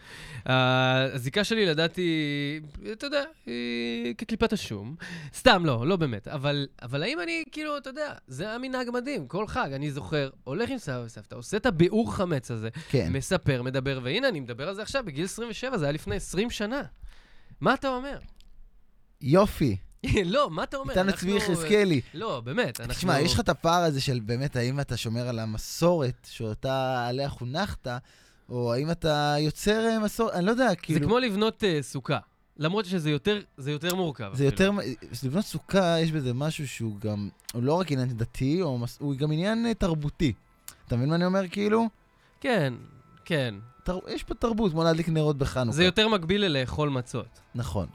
[SPEAKER 4] אה, הזיקה שלי לדת היא, אתה יודע, היא כקליפת השום. סתם, לא, לא באמת. אבל, אבל האם אני, כאילו, אתה יודע, זה היה מנהג מדהים. כל חג, אני זוכר, הולך עם סבא וסבתא, עושה את הביעור חמץ הזה,
[SPEAKER 3] כן.
[SPEAKER 4] מספר, מדבר, והנה, אני מדבר על זה עכשיו, בגיל 27, זה היה לפני 20 שנה. מה אתה אומר?
[SPEAKER 3] יופי,
[SPEAKER 4] לא, מה אתה אומר?
[SPEAKER 3] איתן
[SPEAKER 4] אנחנו-
[SPEAKER 3] עצמי יחזקאלי.
[SPEAKER 4] לא, באמת, אנחנו...
[SPEAKER 3] תשמע, יש לך את הפער הזה של באמת, האם אתה שומר על המסורת שאותה עליה חונכת, או האם אתה יוצר אה, מסורת, אני לא יודע,
[SPEAKER 4] זה
[SPEAKER 3] כאילו...
[SPEAKER 4] כמו לבנות אה, סוכה. למרות שזה יותר, זה יותר מורכב.
[SPEAKER 3] זה
[SPEAKER 4] אפילו.
[SPEAKER 3] יותר, מ- לבנות סוכה, יש בזה משהו שהוא גם, הוא לא רק עניין דתי, או מס- הוא גם עניין אה, תרבותי. אתה מבין מה אני אומר? כאילו,
[SPEAKER 4] כן, כן.
[SPEAKER 3] תר... יש פה תרבות, כמו להדליק נרות בחנוכה.
[SPEAKER 4] זה יותר מקביל ללאכול מצות.
[SPEAKER 3] נכון.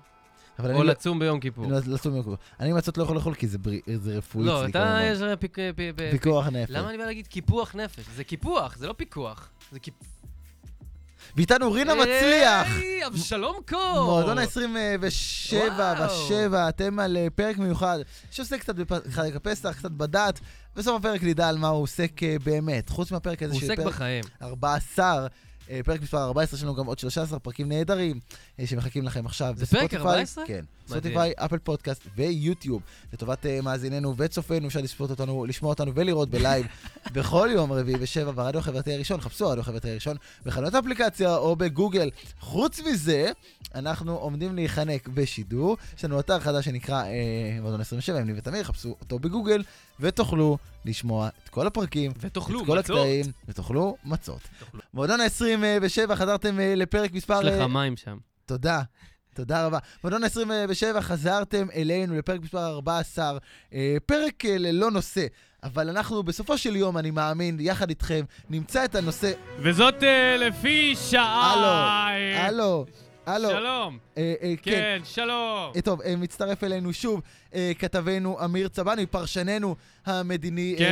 [SPEAKER 3] אבל
[SPEAKER 4] או
[SPEAKER 3] כן. אני לא-
[SPEAKER 4] לצום ביום כיפור.
[SPEAKER 3] אני לא... לא סובל מהכל. אני מצות לא יכול לאכול כי זה, בריא, זה רפואי
[SPEAKER 4] לא,
[SPEAKER 3] אצלי,
[SPEAKER 4] אתה
[SPEAKER 3] כמובן.
[SPEAKER 4] יש לך פיק... פ- פ-
[SPEAKER 3] פיקוח נפש.
[SPEAKER 4] למה אני בא להגיד קיפוח נפש? זה קיפוח, זה לא פיקוח. זה קיפ...
[SPEAKER 3] ואיתנו רינה כן, מצליח.
[SPEAKER 4] היי, אבשלום קור!
[SPEAKER 3] מועדון ה-27
[SPEAKER 4] וואו.
[SPEAKER 3] ושבע, אתם על אה, פרק מיוחד שעוסק קצת בחג הפסח, קצת בדת. בסוף הפרק נדע על מה הוא עוסק אה, באמת. חוץ מהפרק הזה
[SPEAKER 4] הוא עוסק
[SPEAKER 3] פרק
[SPEAKER 4] בחיים.
[SPEAKER 3] 14, אה, פרק מספר 14, יש לנו גם עוד 13 פרקים נהדרים אה, שמחכים לכם עכשיו.
[SPEAKER 4] זה פרק
[SPEAKER 3] בספוטיפיי.
[SPEAKER 4] 14?
[SPEAKER 3] כן.
[SPEAKER 4] מדהים.
[SPEAKER 3] ספוטיפיי, אפל פודקאסט ויוטיוב. לטובת אה, מאזיננו וצופינו, אפשר לספוט אותנו, לשמוע אותנו ולראות בלייב בכל יום רביעי בשבע ברדיו החברתי הראשון, חפשו רדיו החברתי הראשון בחנות האפליקציה או בגוגל. חוץ מזה, אנחנו עומדים להיחנק בשידור. יש לנו אתר חדש שנקרא אה, מועדון 27, עם לי ותמיר, חפשו אותו בגוגל, ותוכלו לשמוע את כל הפרקים.
[SPEAKER 4] ותאכלו,
[SPEAKER 3] את כל
[SPEAKER 4] מצות.
[SPEAKER 3] הקטעים, ותאכלו מצות. מועדון ה-27, חזרתם אה, לפרק מספר...
[SPEAKER 4] יש לך
[SPEAKER 3] אה,
[SPEAKER 4] מים שם.
[SPEAKER 3] תודה. תודה רבה. מועדון ה-27, חזרתם אלינו לפרק מספר 14, אה, פרק אה, ללא נושא, אבל אנחנו בסופו של יום, אני מאמין, יחד איתכם, נמצא את הנושא.
[SPEAKER 4] וזאת אה, לפי שעה.
[SPEAKER 3] הלו, הלו, הלו.
[SPEAKER 4] שלום.
[SPEAKER 3] אה, אה, כן.
[SPEAKER 4] כן, שלום.
[SPEAKER 3] אה, טוב, אה, מצטרף אלינו שוב אה, כתבנו אמיר צבני, פרשננו
[SPEAKER 4] כן, אה,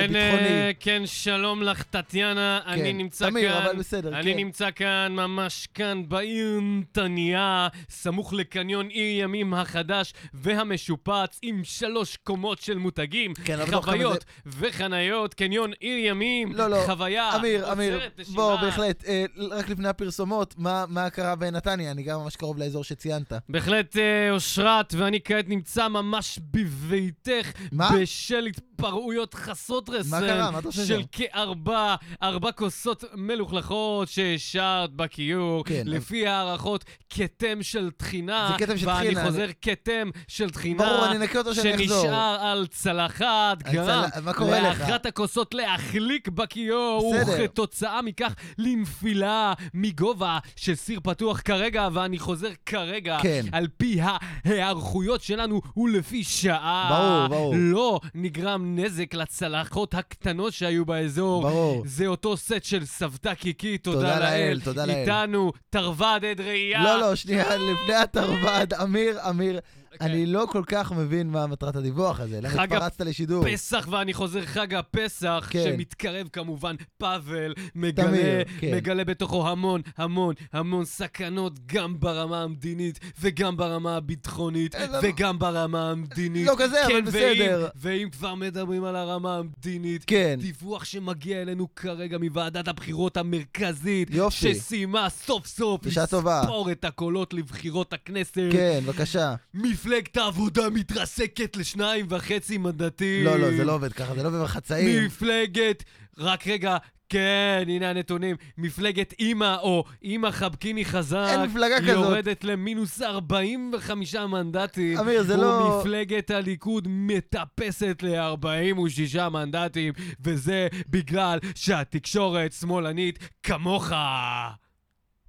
[SPEAKER 3] המדיני-ביטחוני.
[SPEAKER 4] כן, שלום לך, טטיאנה. אני נמצא כאן.
[SPEAKER 3] כן. תמיר, אבל בסדר,
[SPEAKER 4] אני
[SPEAKER 3] כן.
[SPEAKER 4] נמצא כאן, ממש כאן, בעיר נתניה, סמוך לקניון עיר ימים החדש והמשופץ, עם שלוש קומות של מותגים,
[SPEAKER 3] כן, אבל לא כמה
[SPEAKER 4] חוויות וחניות, קניון עיר ימים,
[SPEAKER 3] לא, לא.
[SPEAKER 4] חוויה,
[SPEAKER 3] אמיר, אמיר,
[SPEAKER 4] עוצרת נשימה.
[SPEAKER 3] בוא, בהחלט, אה, רק לפני הפרסומות, מה מה קרה בנתניה? אני גר ממש קרוב לאזור שציינת.
[SPEAKER 4] בהחלט, אה, אושרת, ואני כעת נמצא ממש בביתך.
[SPEAKER 3] מה?
[SPEAKER 4] בשל התפרעויות חסרות רסן.
[SPEAKER 3] קרה? מה אתה עושה
[SPEAKER 4] של
[SPEAKER 3] שם?
[SPEAKER 4] כארבע, ארבע כוסות מלוכלכות שהשארת בכיור.
[SPEAKER 3] כן,
[SPEAKER 4] לפי הערכות, כתם של טחינה.
[SPEAKER 3] זה כתם של טחינה,
[SPEAKER 4] ואני
[SPEAKER 3] אני-
[SPEAKER 4] חוזר, כתם של טחינה.
[SPEAKER 3] ברור, אני אנקה אותו כשאני לא אחזור.
[SPEAKER 4] שנשאר על צלחת,
[SPEAKER 3] על
[SPEAKER 4] גרם
[SPEAKER 3] צלחת, מה קורה לך?
[SPEAKER 4] לאחת הכוסות להחליק בכיור,
[SPEAKER 3] בסדר.
[SPEAKER 4] וכתוצאה מכך לנפילה מגובה של סיר פתוח כרגע, ואני חוזר כרגע,
[SPEAKER 3] כן.
[SPEAKER 4] על פי ההיערכויות שלנו ולפי שעה.
[SPEAKER 3] ברור, ברור.
[SPEAKER 4] לא נגרם נזק לצלחות הקטנות שהיו באזור.
[SPEAKER 3] ברור.
[SPEAKER 4] זה אותו סט של סבתא קיקי, תודה,
[SPEAKER 3] תודה
[SPEAKER 4] לאל.
[SPEAKER 3] לאל, תודה לאל.
[SPEAKER 4] איתנו, תרווד עד ראייה.
[SPEAKER 3] לא, לא, שנייה, לפני התרווד, אמיר, אמיר,
[SPEAKER 4] אוקיי.
[SPEAKER 3] אני לא כל כך מבין מה מטרת הדיווח הזה, למה
[SPEAKER 4] חג
[SPEAKER 3] התפרצת לשידור?
[SPEAKER 4] פסח, ואני חוזר חג הפסח,
[SPEAKER 3] כן.
[SPEAKER 4] שמתקרב כמובן, פאבל מגלה,
[SPEAKER 3] תמיר, כן.
[SPEAKER 4] מגלה בתוכו המון, המון, המון סכנות, גם ברמה המדינית, וגם ברמה הביטחונית,
[SPEAKER 3] אין לנו-
[SPEAKER 4] וגם ברמה המדינית.
[SPEAKER 3] אה, לא כזה, אבל
[SPEAKER 4] כן,
[SPEAKER 3] בסדר.
[SPEAKER 4] ואם, ואם כבר מדברים על הרמה המדינית,
[SPEAKER 3] כן.
[SPEAKER 4] דיווח שמגיע אלינו כרגע מוועדת הבחירות המרכזית,
[SPEAKER 3] יופי.
[SPEAKER 4] שסיימה סוף סוף
[SPEAKER 3] בשעה טובה.
[SPEAKER 4] לספור את הקולות לבחירות הכנסת.
[SPEAKER 3] כן, בבקשה.
[SPEAKER 4] מפלגת העבודה מתרסקת לשניים וחצי מנדטים.
[SPEAKER 3] לא, לא, זה לא עובד ככה, זה לא במחצאים.
[SPEAKER 4] מפלגת, רק רגע, כן, הנה הנתונים. מפלגת אימא או אימא חבקיני חזק.
[SPEAKER 3] אין מפלגה כזאת.
[SPEAKER 4] יורדת למינוס 45 מנדטים.
[SPEAKER 3] אמיר, זה לא-
[SPEAKER 4] ומפלגת הליכוד מטפסת ל-46 מנדטים, וזה בגלל שהתקשורת שמאלנית כמוך.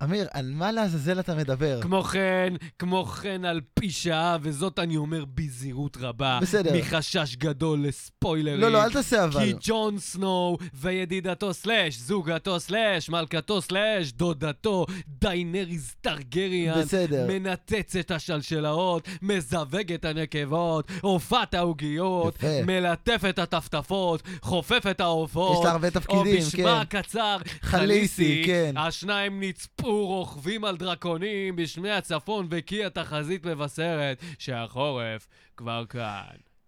[SPEAKER 3] אמיר, על מה לעזאזל אתה מדבר?
[SPEAKER 4] כמו כן, כמו כן על פי שעה, וזאת אני אומר בזהירות רבה.
[SPEAKER 3] בסדר.
[SPEAKER 4] מחשש גדול לספוילרים.
[SPEAKER 3] לא, לא, אל תעשה אבל.
[SPEAKER 4] כי ג'ון סנואו וידידתו סלאש, זוגתו סלאש, מלכתו סלאש, דודתו, דיינריז טרגריאן,
[SPEAKER 3] בסדר.
[SPEAKER 4] מנתץ את השלשלאות, מזווג את הנקבות, עופת העוגיות,
[SPEAKER 3] יפה.
[SPEAKER 4] מלטף את הטפטפות, חופף את העופות.
[SPEAKER 3] יש לה הרבה תפקידים,
[SPEAKER 4] או בשמה
[SPEAKER 3] כן.
[SPEAKER 4] הקצר,
[SPEAKER 3] חליסי,
[SPEAKER 4] חליסי,
[SPEAKER 3] כן.
[SPEAKER 4] השניים נצפו רוכבים על דרקונים בשמי הצפון, וכי התחזית מבשרת שהחורף כבר כאן.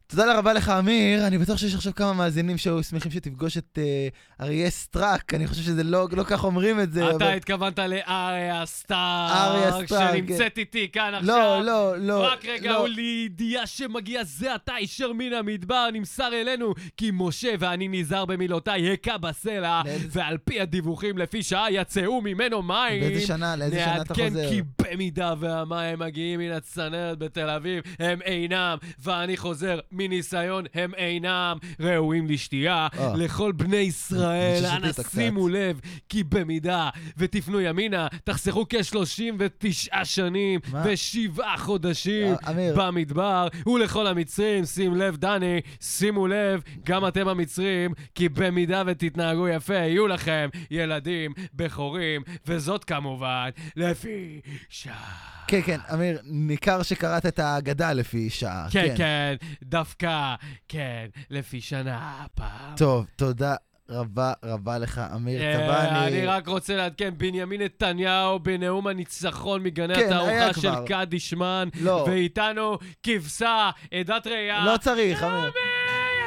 [SPEAKER 3] תודה רבה לך, אמיר. אני בטוח שיש עכשיו כמה מאזינים שהיו שמחים שתפגוש את אה, אריה סטראק, אני חושב שזה לא לא כך אומרים את זה.
[SPEAKER 4] אתה
[SPEAKER 3] אבל-
[SPEAKER 4] התכוונת לאריה
[SPEAKER 3] אריה
[SPEAKER 4] סטארק,
[SPEAKER 3] סטארק, כן.
[SPEAKER 4] שנמצאת איתי כאן עכשיו.
[SPEAKER 3] לא, לא, לא.
[SPEAKER 4] רק רגע,
[SPEAKER 3] לא.
[SPEAKER 4] הוא לידיעה שמגיע זה עתה הישר מן המדבר, נמסר אלינו כי משה ואני נזהר במילותיי, הכה בסלע,
[SPEAKER 3] לאיזה-
[SPEAKER 4] ועל פי הדיווחים לפי שעה יצאו ממנו מים.
[SPEAKER 3] באיזה שנה, לאיזה שנה אתה חוזר?
[SPEAKER 4] נעדכן כן, כי במידה והמים מגיעים מן הצנרת בתל אביב, הם אינם, ואני חוזר, מניסיון, הם אינם ראויים לשתייה.
[SPEAKER 3] אה.
[SPEAKER 4] לכל בני ישראל,
[SPEAKER 3] ששתית
[SPEAKER 4] אנא
[SPEAKER 3] קצת.
[SPEAKER 4] שימו לב, כי במידה ותפנו ימינה, תחסכו כ-39 שנים
[SPEAKER 3] מה?
[SPEAKER 4] ושבעה חודשים
[SPEAKER 3] אה, אמיר.
[SPEAKER 4] במדבר, ולכל המצרים, שים לב, דני, שימו לב, גם אתם המצרים, כי במידה ותתנהגו יפה, יהיו לכם ילדים, בכורים, וזאת כמובן לפי שעה.
[SPEAKER 3] כן, כן, אמיר, ניכר שקראת את ההגדה לפי שעה.
[SPEAKER 4] כן, כן, דווקא, כן, לפי כן, שנה הפעם.
[SPEAKER 3] טוב, תודה רבה רבה לך, אמיר
[SPEAKER 4] אה, אני
[SPEAKER 3] צבני.
[SPEAKER 4] רק רוצה לעדכן, בנימין נתניהו בנאום הניצחון מגני
[SPEAKER 3] כן, היה
[SPEAKER 4] התערוכה של
[SPEAKER 3] כבר.
[SPEAKER 4] קדישמן,
[SPEAKER 3] לא.
[SPEAKER 4] ואיתנו כבשה, עדת ראייה.
[SPEAKER 3] לא צריך,
[SPEAKER 4] אה,
[SPEAKER 3] אמיר.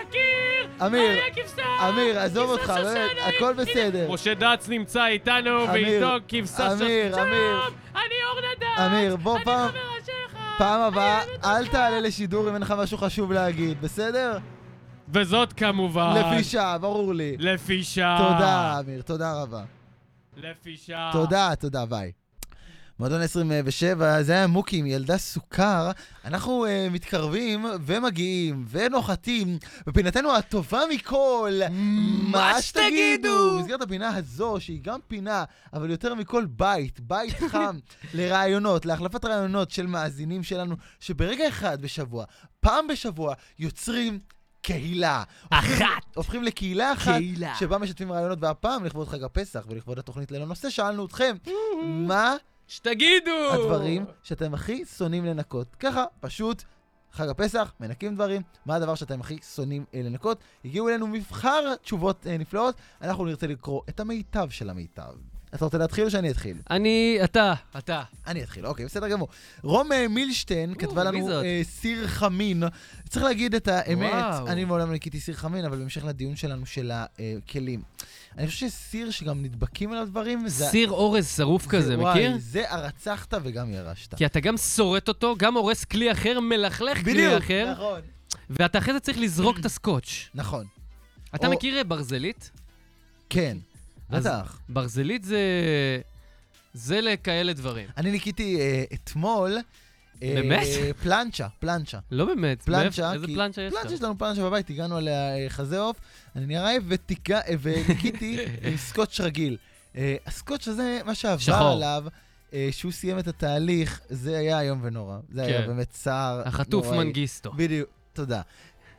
[SPEAKER 4] יקיר!
[SPEAKER 3] אמיר,
[SPEAKER 4] אה, כבשה!
[SPEAKER 3] אמיר, עזוב אותך,
[SPEAKER 4] כבשה
[SPEAKER 3] באמת,
[SPEAKER 4] שושנה!
[SPEAKER 3] הכל
[SPEAKER 4] הנה,
[SPEAKER 3] בסדר.
[SPEAKER 4] משה דץ נמצא איתנו,
[SPEAKER 3] אמיר,
[SPEAKER 4] ואיתו כבשה שושנה.
[SPEAKER 3] אמיר, אמיר.
[SPEAKER 4] שלום, אני אורנה דץ!
[SPEAKER 3] אמיר, בוא
[SPEAKER 4] אני
[SPEAKER 3] פעם-
[SPEAKER 4] חברה שלך!
[SPEAKER 3] פעם הבאה,
[SPEAKER 4] אני אוהבת
[SPEAKER 3] אל
[SPEAKER 4] אותך.
[SPEAKER 3] תעלה לשידור אם אין לך משהו חשוב להגיד, בסדר?
[SPEAKER 4] וזאת כמובן...
[SPEAKER 3] לפי שעה, ברור לי.
[SPEAKER 4] לפי שעה.
[SPEAKER 3] תודה, אמיר, תודה רבה.
[SPEAKER 4] לפי שעה.
[SPEAKER 3] תודה, תודה, ביי. מועדון 27, זה היה מוקי עם ילדה סוכר. אנחנו uh, מתקרבים ומגיעים ונוחתים בפינתנו הטובה מכל,
[SPEAKER 4] מה שתגידו.
[SPEAKER 3] במסגרת הפינה הזו, שהיא גם פינה, אבל יותר מכל בית, בית חם לרעיונות, להחלפת רעיונות של מאזינים שלנו, שברגע אחד בשבוע, פעם בשבוע, יוצרים קהילה.
[SPEAKER 4] אחת.
[SPEAKER 3] הופכים לקהילה אחת,
[SPEAKER 4] קהילה.
[SPEAKER 3] שבה משתפים רעיונות, והפעם, לכבוד חג הפסח ולכבוד התוכנית ללא נושא, שאלנו אתכם, מה
[SPEAKER 4] שתגידו!
[SPEAKER 3] הדברים שאתם הכי שונאים לנקות? ככה, פשוט, חג הפסח, מנקים דברים, מה הדבר שאתם הכי שונאים אה, לנקות? הגיעו אלינו מבחר תשובות אה, נפלאות, אנחנו נרצה לקרוא את המיטב של המיטב. אתה רוצה להתחיל או שאני אתחיל?
[SPEAKER 4] אני, אתה, אתה.
[SPEAKER 3] אני אתחיל, אוקיי, בסדר גמור. רום אה, מילשטיין כתבה
[SPEAKER 4] מי
[SPEAKER 3] לנו
[SPEAKER 4] זאת?
[SPEAKER 3] אה, סיר חמין. צריך להגיד את האמת,
[SPEAKER 4] וואו.
[SPEAKER 3] אני מעולם לא ניקיתי סיר חמין, אבל בהמשך לדיון שלנו של הכלים. אני חושב שסיר שגם נדבקים עליו דברים, זה...
[SPEAKER 4] סיר אורז שרוף כזה,
[SPEAKER 3] זה-
[SPEAKER 4] מכיר?
[SPEAKER 3] וואי, זה הרצחת וגם ירשת.
[SPEAKER 4] כי אתה גם שורט אותו, גם הורס כלי אחר, מלכלך כלי אחר,
[SPEAKER 3] נכון.
[SPEAKER 4] ואתה אחרי זה צריך לזרוק את הסקotch.
[SPEAKER 3] נכון,
[SPEAKER 4] אתה
[SPEAKER 3] או-
[SPEAKER 4] מכיר אה, ברזלית?
[SPEAKER 3] כן,
[SPEAKER 4] אז-
[SPEAKER 3] בטח.
[SPEAKER 4] ברזלית זה... זה לכאלה דברים.
[SPEAKER 3] אני ניקיתי אה, אתמול... אה,
[SPEAKER 4] באמת?
[SPEAKER 3] פלנצ'ה, פלנצ'ה.
[SPEAKER 4] לא באמת.
[SPEAKER 3] פלנצ'ה,
[SPEAKER 4] מאיפה- איזה
[SPEAKER 3] כי-
[SPEAKER 4] פלנצ'ה יש
[SPEAKER 3] פלנצ'ה
[SPEAKER 4] לך?
[SPEAKER 3] יש לנו פלנצ'ה בבית, הגענו עליה אה, חזה עוף, אני נראה רעב ותיגע- אה, וניקיתי עם סקוטש רגיל. אה, הסקוטש הזה, מה שעבר
[SPEAKER 4] שחור.
[SPEAKER 3] עליו, אה, שהוא סיים את התהליך, זה היה איום ונורא. זה היה
[SPEAKER 4] כן.
[SPEAKER 3] באמת צער
[SPEAKER 4] החטוף
[SPEAKER 3] נוראי.
[SPEAKER 4] מנגיסטו.
[SPEAKER 3] בדיוק, תודה.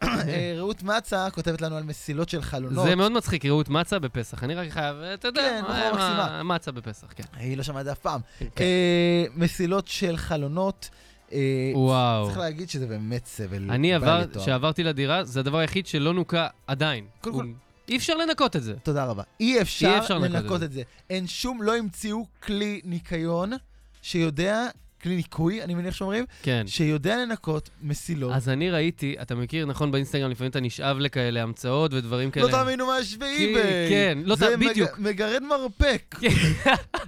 [SPEAKER 3] אה, רעות מצה כותבת לנו על מסילות של חלונות.
[SPEAKER 4] זה מאוד מצחיק, ראות מצה בפסח. אני רק חייב, אה, אתה יודע,
[SPEAKER 3] כן,
[SPEAKER 4] מה-
[SPEAKER 3] בחורה מקסימה.
[SPEAKER 4] מצה בפסח, כן.
[SPEAKER 3] היא לא שמעה את זה אף פעם.
[SPEAKER 4] כן.
[SPEAKER 3] אה, מסילות של חלונות. אה,
[SPEAKER 4] וואו.
[SPEAKER 3] צריך להגיד שזה באמת סבל.
[SPEAKER 4] אני
[SPEAKER 3] בל
[SPEAKER 4] עבר,
[SPEAKER 3] יתואר.
[SPEAKER 4] כשעברתי לדירה, זה הדבר היחיד שלא נוקה עדיין.
[SPEAKER 3] קודם
[SPEAKER 4] הוא- אי אפשר לנקות את זה.
[SPEAKER 3] תודה רבה. אי אפשר,
[SPEAKER 4] אי אפשר לנקות
[SPEAKER 3] לנקות
[SPEAKER 4] את
[SPEAKER 3] את זה. אין שום, לא המציאו כלי ניקיון שיודע, כלי ניקוי, אני מניח שאומרים,
[SPEAKER 4] כן.
[SPEAKER 3] שיודע לנקות מסילות.
[SPEAKER 4] אז אני ראיתי, אתה מכיר, נכון, באינסטגרם לפעמים אתה נשאב לכאלה המצאות ודברים כאלה.
[SPEAKER 3] לא תאמינו מה יש באיביי.
[SPEAKER 4] כן. כי- כן, לא
[SPEAKER 3] זה
[SPEAKER 4] ת-
[SPEAKER 3] מג-
[SPEAKER 4] בדיוק.
[SPEAKER 3] מגרד מרפק.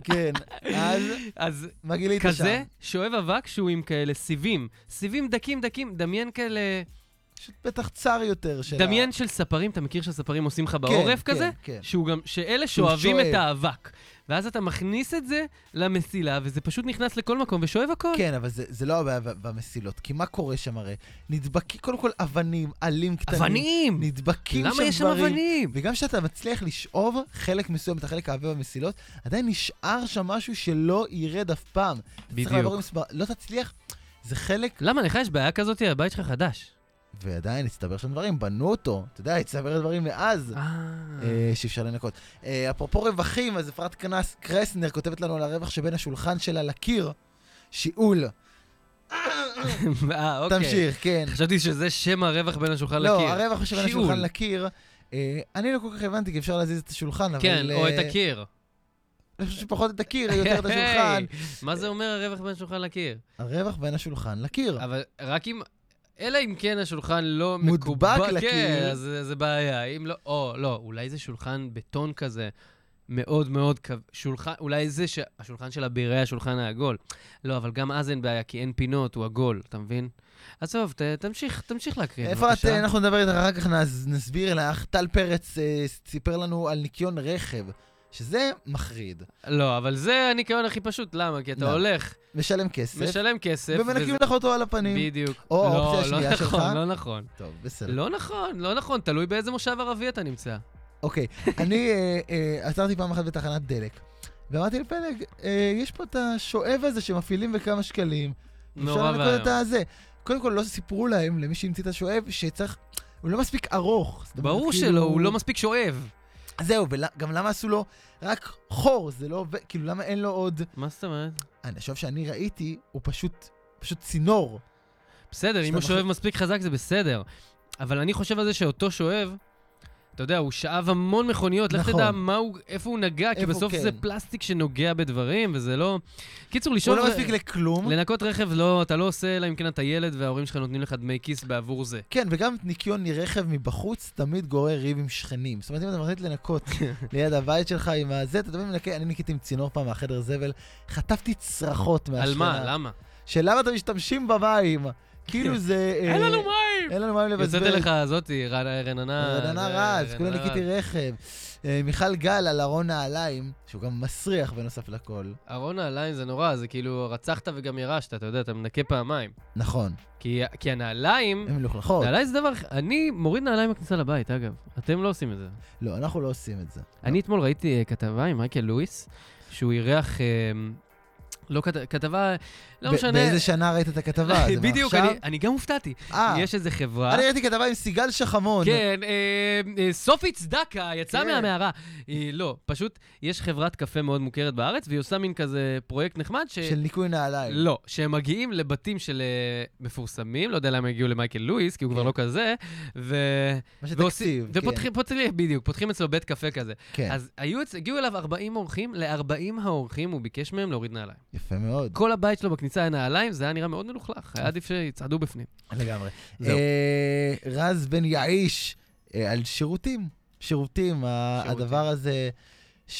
[SPEAKER 3] כן, אז
[SPEAKER 4] אז
[SPEAKER 3] מה גילית שם?
[SPEAKER 4] כזה שואב אבק שהוא עם כאלה סיבים. סיבים דקים דקים, דמיין כאלה...
[SPEAKER 3] פשוט פתח צר יותר של ה-
[SPEAKER 4] דמיין של ספרים, אתה מכיר שהספרים עושים לך
[SPEAKER 3] כן,
[SPEAKER 4] בעורף
[SPEAKER 3] כן,
[SPEAKER 4] כזה?
[SPEAKER 3] כן.
[SPEAKER 4] שהוא גם, שאלה
[SPEAKER 3] שהוא
[SPEAKER 4] שאוהבים
[SPEAKER 3] שואב.
[SPEAKER 4] את האבק. ואז אתה מכניס את זה למסילה, וזה פשוט נכנס לכל מקום ושואב הכל.
[SPEAKER 3] כן, אבל זה, זה לא הבעיה ב- במסילות, כי מה קורה שם הרי? נדבקים, קודם כל אבנים, עלים קטנים.
[SPEAKER 4] אבנים!
[SPEAKER 3] נדבקים שם
[SPEAKER 4] למה
[SPEAKER 3] דברים.
[SPEAKER 4] יש שם אבנים?
[SPEAKER 3] וגם כשאתה מצליח לשאוב חלק מסוים, את החלק העבה במסילות, עדיין נשאר שם משהו שלא ירד אף פעם. אתה צריך
[SPEAKER 4] בדיוק.
[SPEAKER 3] לעבור עם מספר- לא תצליח, זה חלק,
[SPEAKER 4] למה, לך יש בעיה כזאת? הבית שלך חדש.
[SPEAKER 3] ועדיין הצטבר שם דברים, בנו אותו. אתה יודע, הצטבר דברים מאז.
[SPEAKER 4] אה...
[SPEAKER 3] אה, שאפשר לנקות. אה, אפרופו רווחים, אז אפרת קנס קרסנר כותבת לנו על הרווח שבין השולחן שלה לקיר, שיעול.
[SPEAKER 4] אה, אוקיי.
[SPEAKER 3] תמשיך, כן.
[SPEAKER 4] חשבתי שזה שם הרווח בין השולחן לקיר.
[SPEAKER 3] לא, הרווח שבין
[SPEAKER 4] שיעול.
[SPEAKER 3] השולחן לקיר, אה, אני לא כל כך הבנתי כי אפשר להזיז את השולחן, אבל...
[SPEAKER 4] כן, או
[SPEAKER 3] אה,
[SPEAKER 4] את הקיר.
[SPEAKER 3] אני חושב שפחות את הקיר, יותר את השולחן.
[SPEAKER 4] היי, מה זה אומר הרווח בין השולחן לקיר?
[SPEAKER 3] הרווח בין השולחן לקיר.
[SPEAKER 4] אבל רק אם... אלא אם כן השולחן לא
[SPEAKER 3] מודבק
[SPEAKER 4] מקובע- כן,
[SPEAKER 3] לקיר.
[SPEAKER 4] אז זה- זה בעיה. אם לא... או, לא, אולי זה שולחן בטון כזה. מאוד מאוד קו... שולחן, אולי זה שהשולחן של הבירי השולחן העגול. לא, אבל גם אז אין בעיה, כי אין פינות, הוא עגול, אתה מבין? עזוב, ת, תמשיך, תמשיך להקריא,
[SPEAKER 3] אפרת,
[SPEAKER 4] כן, בבקשה.
[SPEAKER 3] אה, אנחנו נדבר איתך אחר כך, נס- נסביר לך. טל פרץ אה, סיפר לנו על ניקיון רכב, שזה מחריד.
[SPEAKER 4] לא, אבל זה הניקיון הכי פשוט, למה? כי אתה
[SPEAKER 3] למה?
[SPEAKER 4] הולך,
[SPEAKER 3] משלם כסף,
[SPEAKER 4] משלם כסף,
[SPEAKER 3] ומנקים
[SPEAKER 4] וזה-
[SPEAKER 3] לך אותו על הפנים.
[SPEAKER 4] בדיוק.
[SPEAKER 3] או
[SPEAKER 4] לא,
[SPEAKER 3] האופציה השנייה
[SPEAKER 4] לא
[SPEAKER 3] שלך.
[SPEAKER 4] נכון, לא נכון.
[SPEAKER 3] טוב, בסדר.
[SPEAKER 4] לא נכון, לא נכון, תלוי באיזה מושב ערבי אתה נמצא.
[SPEAKER 3] אוקיי, אני אה, אה, עצרתי פעם אחת בתחנת דלק, ואמרתי לפלג, אה, יש פה את השואב הזה שמפעילים בכמה שקלים,
[SPEAKER 4] נורא
[SPEAKER 3] אפשר לנקות
[SPEAKER 4] ואיום.
[SPEAKER 3] את הזה. קודם כל, לא סיפרו להם, למי שהמציא את השואב, שצריך... הוא לא מספיק ארוך. זאת אומרת,
[SPEAKER 4] ברור
[SPEAKER 3] כאילו-
[SPEAKER 4] שלא, הוא לא מספיק שואב.
[SPEAKER 3] זהו, וגם למה עשו לו רק חור, זה לא עובד, כאילו, למה אין לו עוד...
[SPEAKER 4] מה זאת אומרת?
[SPEAKER 3] אני חושב שאני ראיתי, הוא פשוט, פשוט צינור.
[SPEAKER 4] בסדר, אם
[SPEAKER 3] שאתה
[SPEAKER 4] הוא
[SPEAKER 3] מחליט-
[SPEAKER 4] שואב מספיק חזק זה בסדר. אבל אני חושב על זה שאותו שואב, אתה יודע, הוא שאב המון מכוניות, לך
[SPEAKER 3] נכון.
[SPEAKER 4] תדע מה הוא- איפה הוא נגע, כי
[SPEAKER 3] איפה,
[SPEAKER 4] בסוף
[SPEAKER 3] כן.
[SPEAKER 4] זה פלסטיק שנוגע בדברים, וזה לא... קיצור,
[SPEAKER 3] הוא
[SPEAKER 4] לשאול...
[SPEAKER 3] לא מספיק לכלום.
[SPEAKER 4] לנקות רכב, לא, אתה לא עושה, אלא אם כן אתה ילד וההורים שלך נותנים לך דמי כיס בעבור זה.
[SPEAKER 3] כן, וגם ניקיון מרכב מבחוץ תמיד גורר ריב עם שכנים. זאת אומרת, אם אתה מחליט לנקות ליד הבית שלך עם הזה, אתה תמיד מנקה, אני ניקיתי עם צינור פעם מהחדר זבל, חטפתי צרחות מהשכנה.
[SPEAKER 4] על מה? למה?
[SPEAKER 3] של למה אתם משתמשים במים? כאילו זה... אה,
[SPEAKER 4] אין לנו מים!
[SPEAKER 3] אין לנו מים לבזבז.
[SPEAKER 4] יוצאת אליך זאתי, ר- רננה...
[SPEAKER 3] רננה
[SPEAKER 4] זה-
[SPEAKER 3] רז, כולה
[SPEAKER 4] אה, רננה
[SPEAKER 3] ניקיתי
[SPEAKER 4] רז.
[SPEAKER 3] רכב. אה, מיכל גל על ארון נעליים, שהוא גם מסריח בנוסף לכל.
[SPEAKER 4] ארון נעליים זה נורא, זה כאילו רצחת וגם ירשת, אתה יודע, אתה מנקה פעמיים.
[SPEAKER 3] נכון,
[SPEAKER 4] כי כי הנעליים...
[SPEAKER 3] הן מלוכלכות.
[SPEAKER 4] Mm. נעליים זה דבר... אני מוריד נעליים בכניסה לבית, אגב. אתם לא עושים את זה.
[SPEAKER 3] לא, אנחנו לא עושים את זה.
[SPEAKER 4] אני אתמול ראיתי אה, כתבה עם מייקל לואיס, שהוא אירח... אה, לא כת- כתבה... לא
[SPEAKER 3] ב-
[SPEAKER 4] משנה...
[SPEAKER 3] באיזה שנה ראית את הכתבה? זה
[SPEAKER 4] בדיוק,
[SPEAKER 3] מעכשיו?
[SPEAKER 4] אני- אני גם הופתעתי.
[SPEAKER 3] אה,
[SPEAKER 4] יש איזה חברה...
[SPEAKER 3] אני ראיתי כתבה עם סיגל שחמון.
[SPEAKER 4] כן, אה, אה, סופי צדקה יצאה
[SPEAKER 3] כן.
[SPEAKER 4] מהמערה. אה, לא, פשוט יש חברת קפה מאוד מוכרת בארץ, והיא עושה מין כזה פרויקט נחמד ש...
[SPEAKER 3] של ניקוי נעליים.
[SPEAKER 4] לא, שהם מגיעים לבתים של אה, מפורסמים, לא יודע למה הגיעו למייקל לואיס, כי הוא כבר
[SPEAKER 3] כן.
[SPEAKER 4] לא כזה, ו...
[SPEAKER 3] מה
[SPEAKER 4] ועושים-
[SPEAKER 3] שתקציב.
[SPEAKER 4] ופותחים, פותחים, בדיוק, פותחים אצלו בית קפה כזה.
[SPEAKER 3] כן,
[SPEAKER 4] אז היו, אצ- הגיעו אליו 40 אורחים, ל-40 האורחים הוא ביקש מהם להוריד נעליים.
[SPEAKER 3] יפה מאוד,
[SPEAKER 4] כל הבית שלו בכניסה היה נעליים, זה היה נראה מאוד מלוכלך, היה עדיף שיצעדו בפנים.
[SPEAKER 3] לגמרי.
[SPEAKER 4] זהו.
[SPEAKER 3] אה, רז בן יעיש, אה, על שירותים. שירותים, ה-
[SPEAKER 4] שירותים.
[SPEAKER 3] הדבר הזה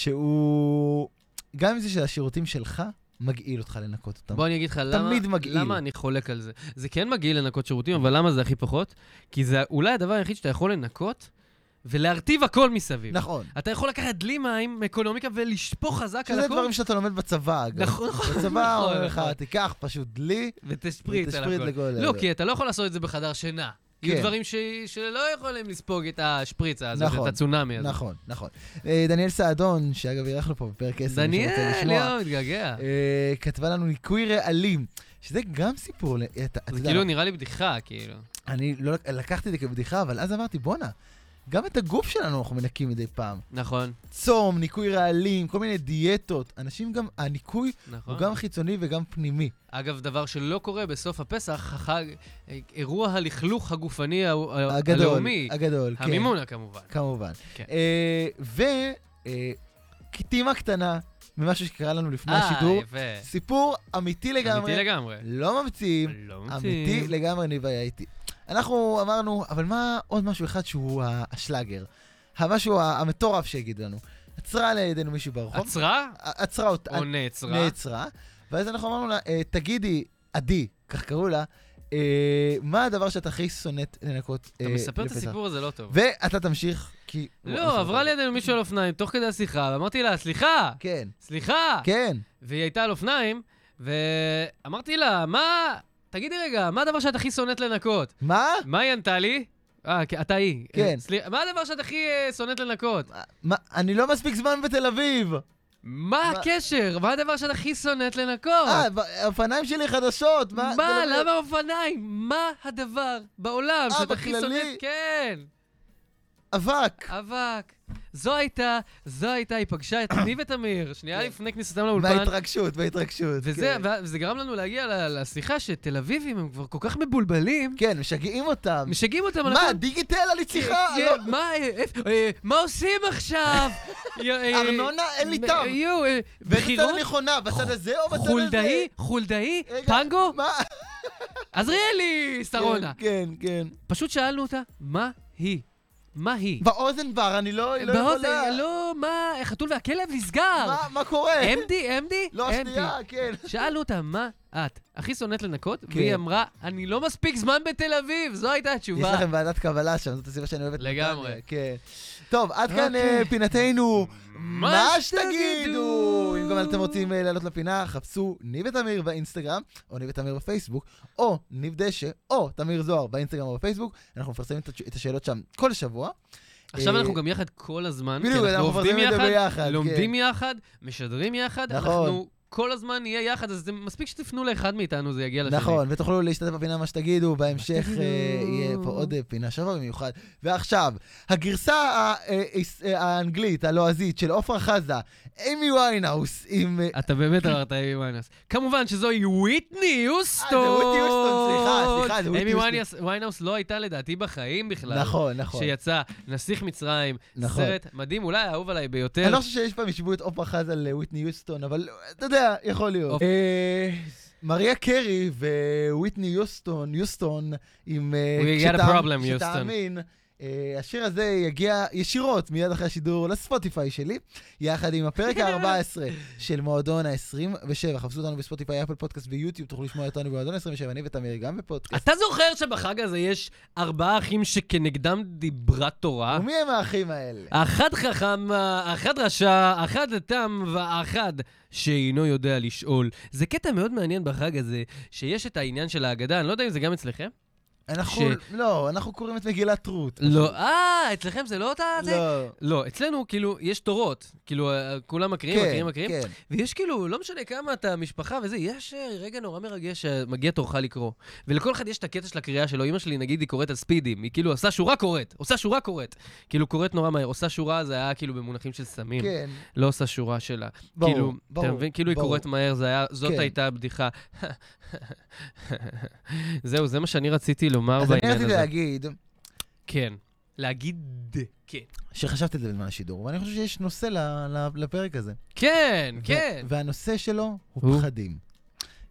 [SPEAKER 3] שהוא... גם אם זה של השירותים שלך, מגעיל אותך לנקות אותם.
[SPEAKER 4] בוא אני אגיד לך למה,
[SPEAKER 3] תמיד מגעיל.
[SPEAKER 4] למה אני חולק על זה. זה כן מגעיל לנקות שירותים, אבל למה זה הכי פחות? כי זה אולי הדבר היחיד שאתה יכול לנקות ולהרטיב הכל מסביב.
[SPEAKER 3] נכון.
[SPEAKER 4] אתה יכול לקחת דלי מים, אקונומיקה, ולשפוך חזק על
[SPEAKER 3] שזה
[SPEAKER 4] הכל,
[SPEAKER 3] דברים שאתה לומד בצבא, אגב.
[SPEAKER 4] אוקיי, נכון, נכון,
[SPEAKER 3] בצבא
[SPEAKER 4] נכון,
[SPEAKER 3] אומר לך,
[SPEAKER 4] נכון.
[SPEAKER 3] תיקח פשוט דלי
[SPEAKER 4] ותשפריט על
[SPEAKER 3] ותשפריט
[SPEAKER 4] הכל.
[SPEAKER 3] לכל...
[SPEAKER 4] לא, כי אתה לא יכול לעשות את זה בחדר שינה.
[SPEAKER 3] כן.
[SPEAKER 4] יהיו דברים ש- שלא יכולים לספוג את השפריצה הזאת,
[SPEAKER 3] נכון,
[SPEAKER 4] את הצונאמי הזה.
[SPEAKER 3] נכון, נכון. אה, דניאל סעדון, שאגב אירחנו פה בפרק 10, מי שרוצה
[SPEAKER 4] דניאל, לא,
[SPEAKER 3] לשמוע.
[SPEAKER 4] יואו, מתגעגע.
[SPEAKER 3] אה, כתבה לנו ניקוי רעלים, שזה גם סיפור, ל- אתה- אתה
[SPEAKER 4] זה
[SPEAKER 3] יודע,
[SPEAKER 4] כאילו נראה לי בדיחה, כאילו.
[SPEAKER 3] אני לא לק- לקחתי את זה כבדיחה, אבל אז אמרתי, בואנה, גם את הגוף שלנו אנחנו מנקים מדי פעם.
[SPEAKER 4] נכון,
[SPEAKER 3] צום, ניקוי רעלים, כל מיני דיאטות. אנשים גם, הניקוי
[SPEAKER 4] נכון.
[SPEAKER 3] הוא גם חיצוני וגם פנימי.
[SPEAKER 4] אגב, דבר שלא קורה בסוף הפסח, החג, אה, אירוע הלכלוך הגופני ה- ה-
[SPEAKER 3] הגדול,
[SPEAKER 4] לא, הלאומי,
[SPEAKER 3] הגדול, כן.
[SPEAKER 4] המימונה כמובן.
[SPEAKER 3] כמובן. אה,
[SPEAKER 4] כן.
[SPEAKER 3] וקיטימה קטנה ממשהו שקרה לנו לפני
[SPEAKER 4] אה,
[SPEAKER 3] השידור.
[SPEAKER 4] יפה.
[SPEAKER 3] סיפור אמיתי לגמרי.
[SPEAKER 4] אמיתי לגמרי.
[SPEAKER 3] לא ממציאים.
[SPEAKER 4] לא
[SPEAKER 3] אמיתי
[SPEAKER 4] מציעים.
[SPEAKER 3] לגמרי, ניב היה איתי. אנחנו אמרנו, אבל מה עוד משהו אחד שהוא ה- השלאגר? המשהו ה- המטורף שיגיד לנו. עצרה לידינו מישהו ברחוב.
[SPEAKER 4] עצרה
[SPEAKER 3] ע- עצרה אותה.
[SPEAKER 4] או נעצרה?
[SPEAKER 3] נעצרה. ואז אנחנו אמרנו לה, "אה, תגידי, עדי, כך קראו לה, "אה, מה הדבר שאת הכי שונאת לנקות
[SPEAKER 4] אתה
[SPEAKER 3] אה,
[SPEAKER 4] מספר את
[SPEAKER 3] לפסח?"
[SPEAKER 4] הסיפור הזה לא טוב.
[SPEAKER 3] ואתה תמשיך, כי...
[SPEAKER 4] לא, עברה לידינו מישהו על אופניים תוך כדי השיחה, ואמרתי לה, סליחה,
[SPEAKER 3] כן,
[SPEAKER 4] סליחה.
[SPEAKER 3] כן.
[SPEAKER 4] והיא הייתה על אופניים, ואמרתי לה, מה, תגידי רגע, מה הדבר שאת הכי שונאת לנקות?
[SPEAKER 3] מה?
[SPEAKER 4] מה היא ענתה לי? אה, כן, אתה היא.
[SPEAKER 3] כן.
[SPEAKER 4] אה, סליחה, מה הדבר שאת הכי אה, שונאת לנקות?
[SPEAKER 3] מה? אני לא מספיק זמן בתל אביב.
[SPEAKER 4] מה
[SPEAKER 3] מה-
[SPEAKER 4] הקשר? מה הדבר שאת הכי שונאת לנקות?
[SPEAKER 3] אה, ב- האופניים שלי חדשות, מה?
[SPEAKER 4] לא. מה?
[SPEAKER 3] זה לא-
[SPEAKER 4] למה אופניים? מה הדבר בעולם
[SPEAKER 3] אה,
[SPEAKER 4] שאת הכי
[SPEAKER 3] בכללי?
[SPEAKER 4] שונאת? כן,
[SPEAKER 3] אבק.
[SPEAKER 4] אבק. זו הייתה, זו הייתה, היא פגשה את ניב ותמיר, שנייה
[SPEAKER 3] כן.
[SPEAKER 4] לפני כניסתם לאולפן.
[SPEAKER 3] בהתרגשות, בהתרגשות.
[SPEAKER 4] וזה,
[SPEAKER 3] כן.
[SPEAKER 4] וזה גרם לנו להגיע ל- לשיחה שתל אביבים הם כבר כל כך מבולבלים,
[SPEAKER 3] כן, משגעים אותם.
[SPEAKER 4] משגעים אותם. אנחנו-
[SPEAKER 3] מה, דיגיטל על לא, יצירה?
[SPEAKER 4] כן, מה, אה, אה, אה, מה עושים עכשיו? יא, אה,
[SPEAKER 3] ארנונה? אין לי
[SPEAKER 4] מ-
[SPEAKER 3] טעם.
[SPEAKER 4] יואו, אה,
[SPEAKER 3] בחירות?
[SPEAKER 4] בחירות? אה,
[SPEAKER 3] בצד הנכונה, בצד הזה או בצד הזה?
[SPEAKER 4] חולדאי? אה, חולדאי?
[SPEAKER 3] רגע,
[SPEAKER 4] טנגו?
[SPEAKER 3] מה?
[SPEAKER 4] עזריאלי שרונה.
[SPEAKER 3] כן, כן.
[SPEAKER 4] פשוט שאלנו אותה, מה היא? מה היא?
[SPEAKER 3] באוזן בר, אני לא היא לא יכולה.
[SPEAKER 4] באוזן, לא, מה, החתול והכלב נסגר.
[SPEAKER 3] מה- מה קורה?
[SPEAKER 4] MD, MD?
[SPEAKER 3] לא,
[SPEAKER 4] MD.
[SPEAKER 3] שנייה, כן.
[SPEAKER 4] שאלנו אותה, מה את הכי שונאת לנקות?
[SPEAKER 3] כן.
[SPEAKER 4] והיא אמרה, אני לא מספיק זמן בתל אביב, זו הייתה
[SPEAKER 3] יש
[SPEAKER 4] התשובה.
[SPEAKER 3] לכם ועדת קבלה שם, זאת הסיבה שאני אוהב את
[SPEAKER 4] לגמרי.
[SPEAKER 3] נתניה, כן. טוב, עד כאן
[SPEAKER 4] אוקיי.
[SPEAKER 3] אה, פינתנו.
[SPEAKER 4] מה
[SPEAKER 3] מה
[SPEAKER 4] שתגידו.
[SPEAKER 3] שתגידו! אם גם אתם רוצים אה, לעלות לפינה, חפשו ניב ותמיר באינסטגרם, או ניב ותמיר בפייסבוק, או ניב דשא, או תמיר זוהר באינסטגרם או בפייסבוק. אנחנו מפרסמים את התש- את השאלות שם כל שבוע.
[SPEAKER 4] עכשיו
[SPEAKER 3] אה,
[SPEAKER 4] אנחנו גם יחד כל הזמן, כי
[SPEAKER 3] בדיוק,
[SPEAKER 4] אנחנו
[SPEAKER 3] אנחנו
[SPEAKER 4] עובדים
[SPEAKER 3] מפרסמים את זה
[SPEAKER 4] יחד,
[SPEAKER 3] ביחד, כן.
[SPEAKER 4] לומדים יחד, משדרים יחד,
[SPEAKER 3] נכון.
[SPEAKER 4] אנחנו כל הזמן נהיה יחד, אז זה מספיק שתפנו לאחד מאיתנו, זה יגיע לשני.
[SPEAKER 3] נכון, ותוכלו להשתתף בפינה מה שתגידו, בהמשך
[SPEAKER 4] תגידו.
[SPEAKER 3] אה, יהיה פה עוד אה, פינה שווה במיוחד. ועכשיו, הגרסה ה- אה, איס- אה, האנגלית, הלועזית, של עפרה חזה, אימי ויינהאוס, עם... אה,
[SPEAKER 4] אתה באמת אמרת אמי ויינאוס. כמובן שזוהי וויטני
[SPEAKER 3] אה,
[SPEAKER 4] יוסטון.
[SPEAKER 3] זה וויטני יוסטון, סליחה, סליחה, זה וויטני
[SPEAKER 4] אמי
[SPEAKER 3] יוסטון.
[SPEAKER 4] ויינאוס- ויינאוס לא הייתה לדעתי בחיים בכלל.
[SPEAKER 3] נכון, נכון.
[SPEAKER 4] שיצא נסיך מצרים,
[SPEAKER 3] נכון.
[SPEAKER 4] סרט מדהים, אולי האהוב עליי ביותר.
[SPEAKER 3] אני לא חושב שיש פעם השוו את עפרה חזה לוויטני יוסטון, אבל אתה יודע, יכול להיות.
[SPEAKER 4] אופ-
[SPEAKER 3] אה, מריה קרי וויטני יוסטון, יוסטון, עם... אה,
[SPEAKER 4] We got a
[SPEAKER 3] כשתאמ-
[SPEAKER 4] problem, יוסטון.
[SPEAKER 3] כשתאמין. אה, השיר הזה יגיע ישירות מיד אחרי השידור לספוטיפיי שלי, יחד עם הפרק ה-14 של מועדון ה-27. חפשו אותנו בספוטיפיי, אפל פודקאסט ויוטיוב, תוכלו לשמוע אותנו במועדון ה-27, אני ותמיר גם בפודקאסט.
[SPEAKER 4] אתה זוכר שבחג הזה יש ארבעה אחים שכנגדם דיברה תורה?
[SPEAKER 3] ומי הם האחים האלה?
[SPEAKER 4] אחד חכם, אחד רשע, אחד תם ואחד שאינו יודע לשאול. זה קטע מאוד מעניין בחג הזה, שיש את העניין של ההגדה, אני לא יודע אם זה גם אצלכם.
[SPEAKER 3] אנחנו, לא, אנחנו קוראים את מגילת רות.
[SPEAKER 4] לא, אה, אצלכם זה לא אותה... זה?
[SPEAKER 3] נכון. לא.
[SPEAKER 4] לא, אצלנו כאילו יש תורות, כאילו אה, כולם מקריאים,
[SPEAKER 3] כן,
[SPEAKER 4] מקריאים, מקריאים,
[SPEAKER 3] כן.
[SPEAKER 4] ויש כאילו, לא משנה כמה אתה משפחה וזה, יש אה, רגע נורא מרגש שמגיע תורך לקרוא. ולכל אחד יש את הקטע של הקריאה שלו. אמא שלי, נגיד, היא קוראת על ספידים, היא כאילו עושה שורה קוראת, עושה שורה קוראת. כאילו קוראת נורא מהר, עושה שורה זה היה כאילו במונחים של סמים.
[SPEAKER 3] כן.
[SPEAKER 4] לא עושה שורה שלה.
[SPEAKER 3] ברור,
[SPEAKER 4] כאילו,
[SPEAKER 3] ברור,
[SPEAKER 4] אתה מבין? כאילו היא
[SPEAKER 3] ברור.
[SPEAKER 4] קוראת מהר, זה היה, זאת
[SPEAKER 3] כן.
[SPEAKER 4] הייתה הבדיחה. זהו, זה מה שאני רציתי לומר
[SPEAKER 3] אז אני
[SPEAKER 4] בעניין
[SPEAKER 3] רציתי
[SPEAKER 4] הזה.
[SPEAKER 3] להגיד
[SPEAKER 4] כן. להגיד כן.
[SPEAKER 3] שחשבתי על זה בזמן השידור, ואני חושב שיש נושא ל- ל- לפרק הזה.
[SPEAKER 4] כן,
[SPEAKER 3] ו-
[SPEAKER 4] כן.
[SPEAKER 3] והנושא שלו הוא
[SPEAKER 4] הוא?
[SPEAKER 3] פחדים.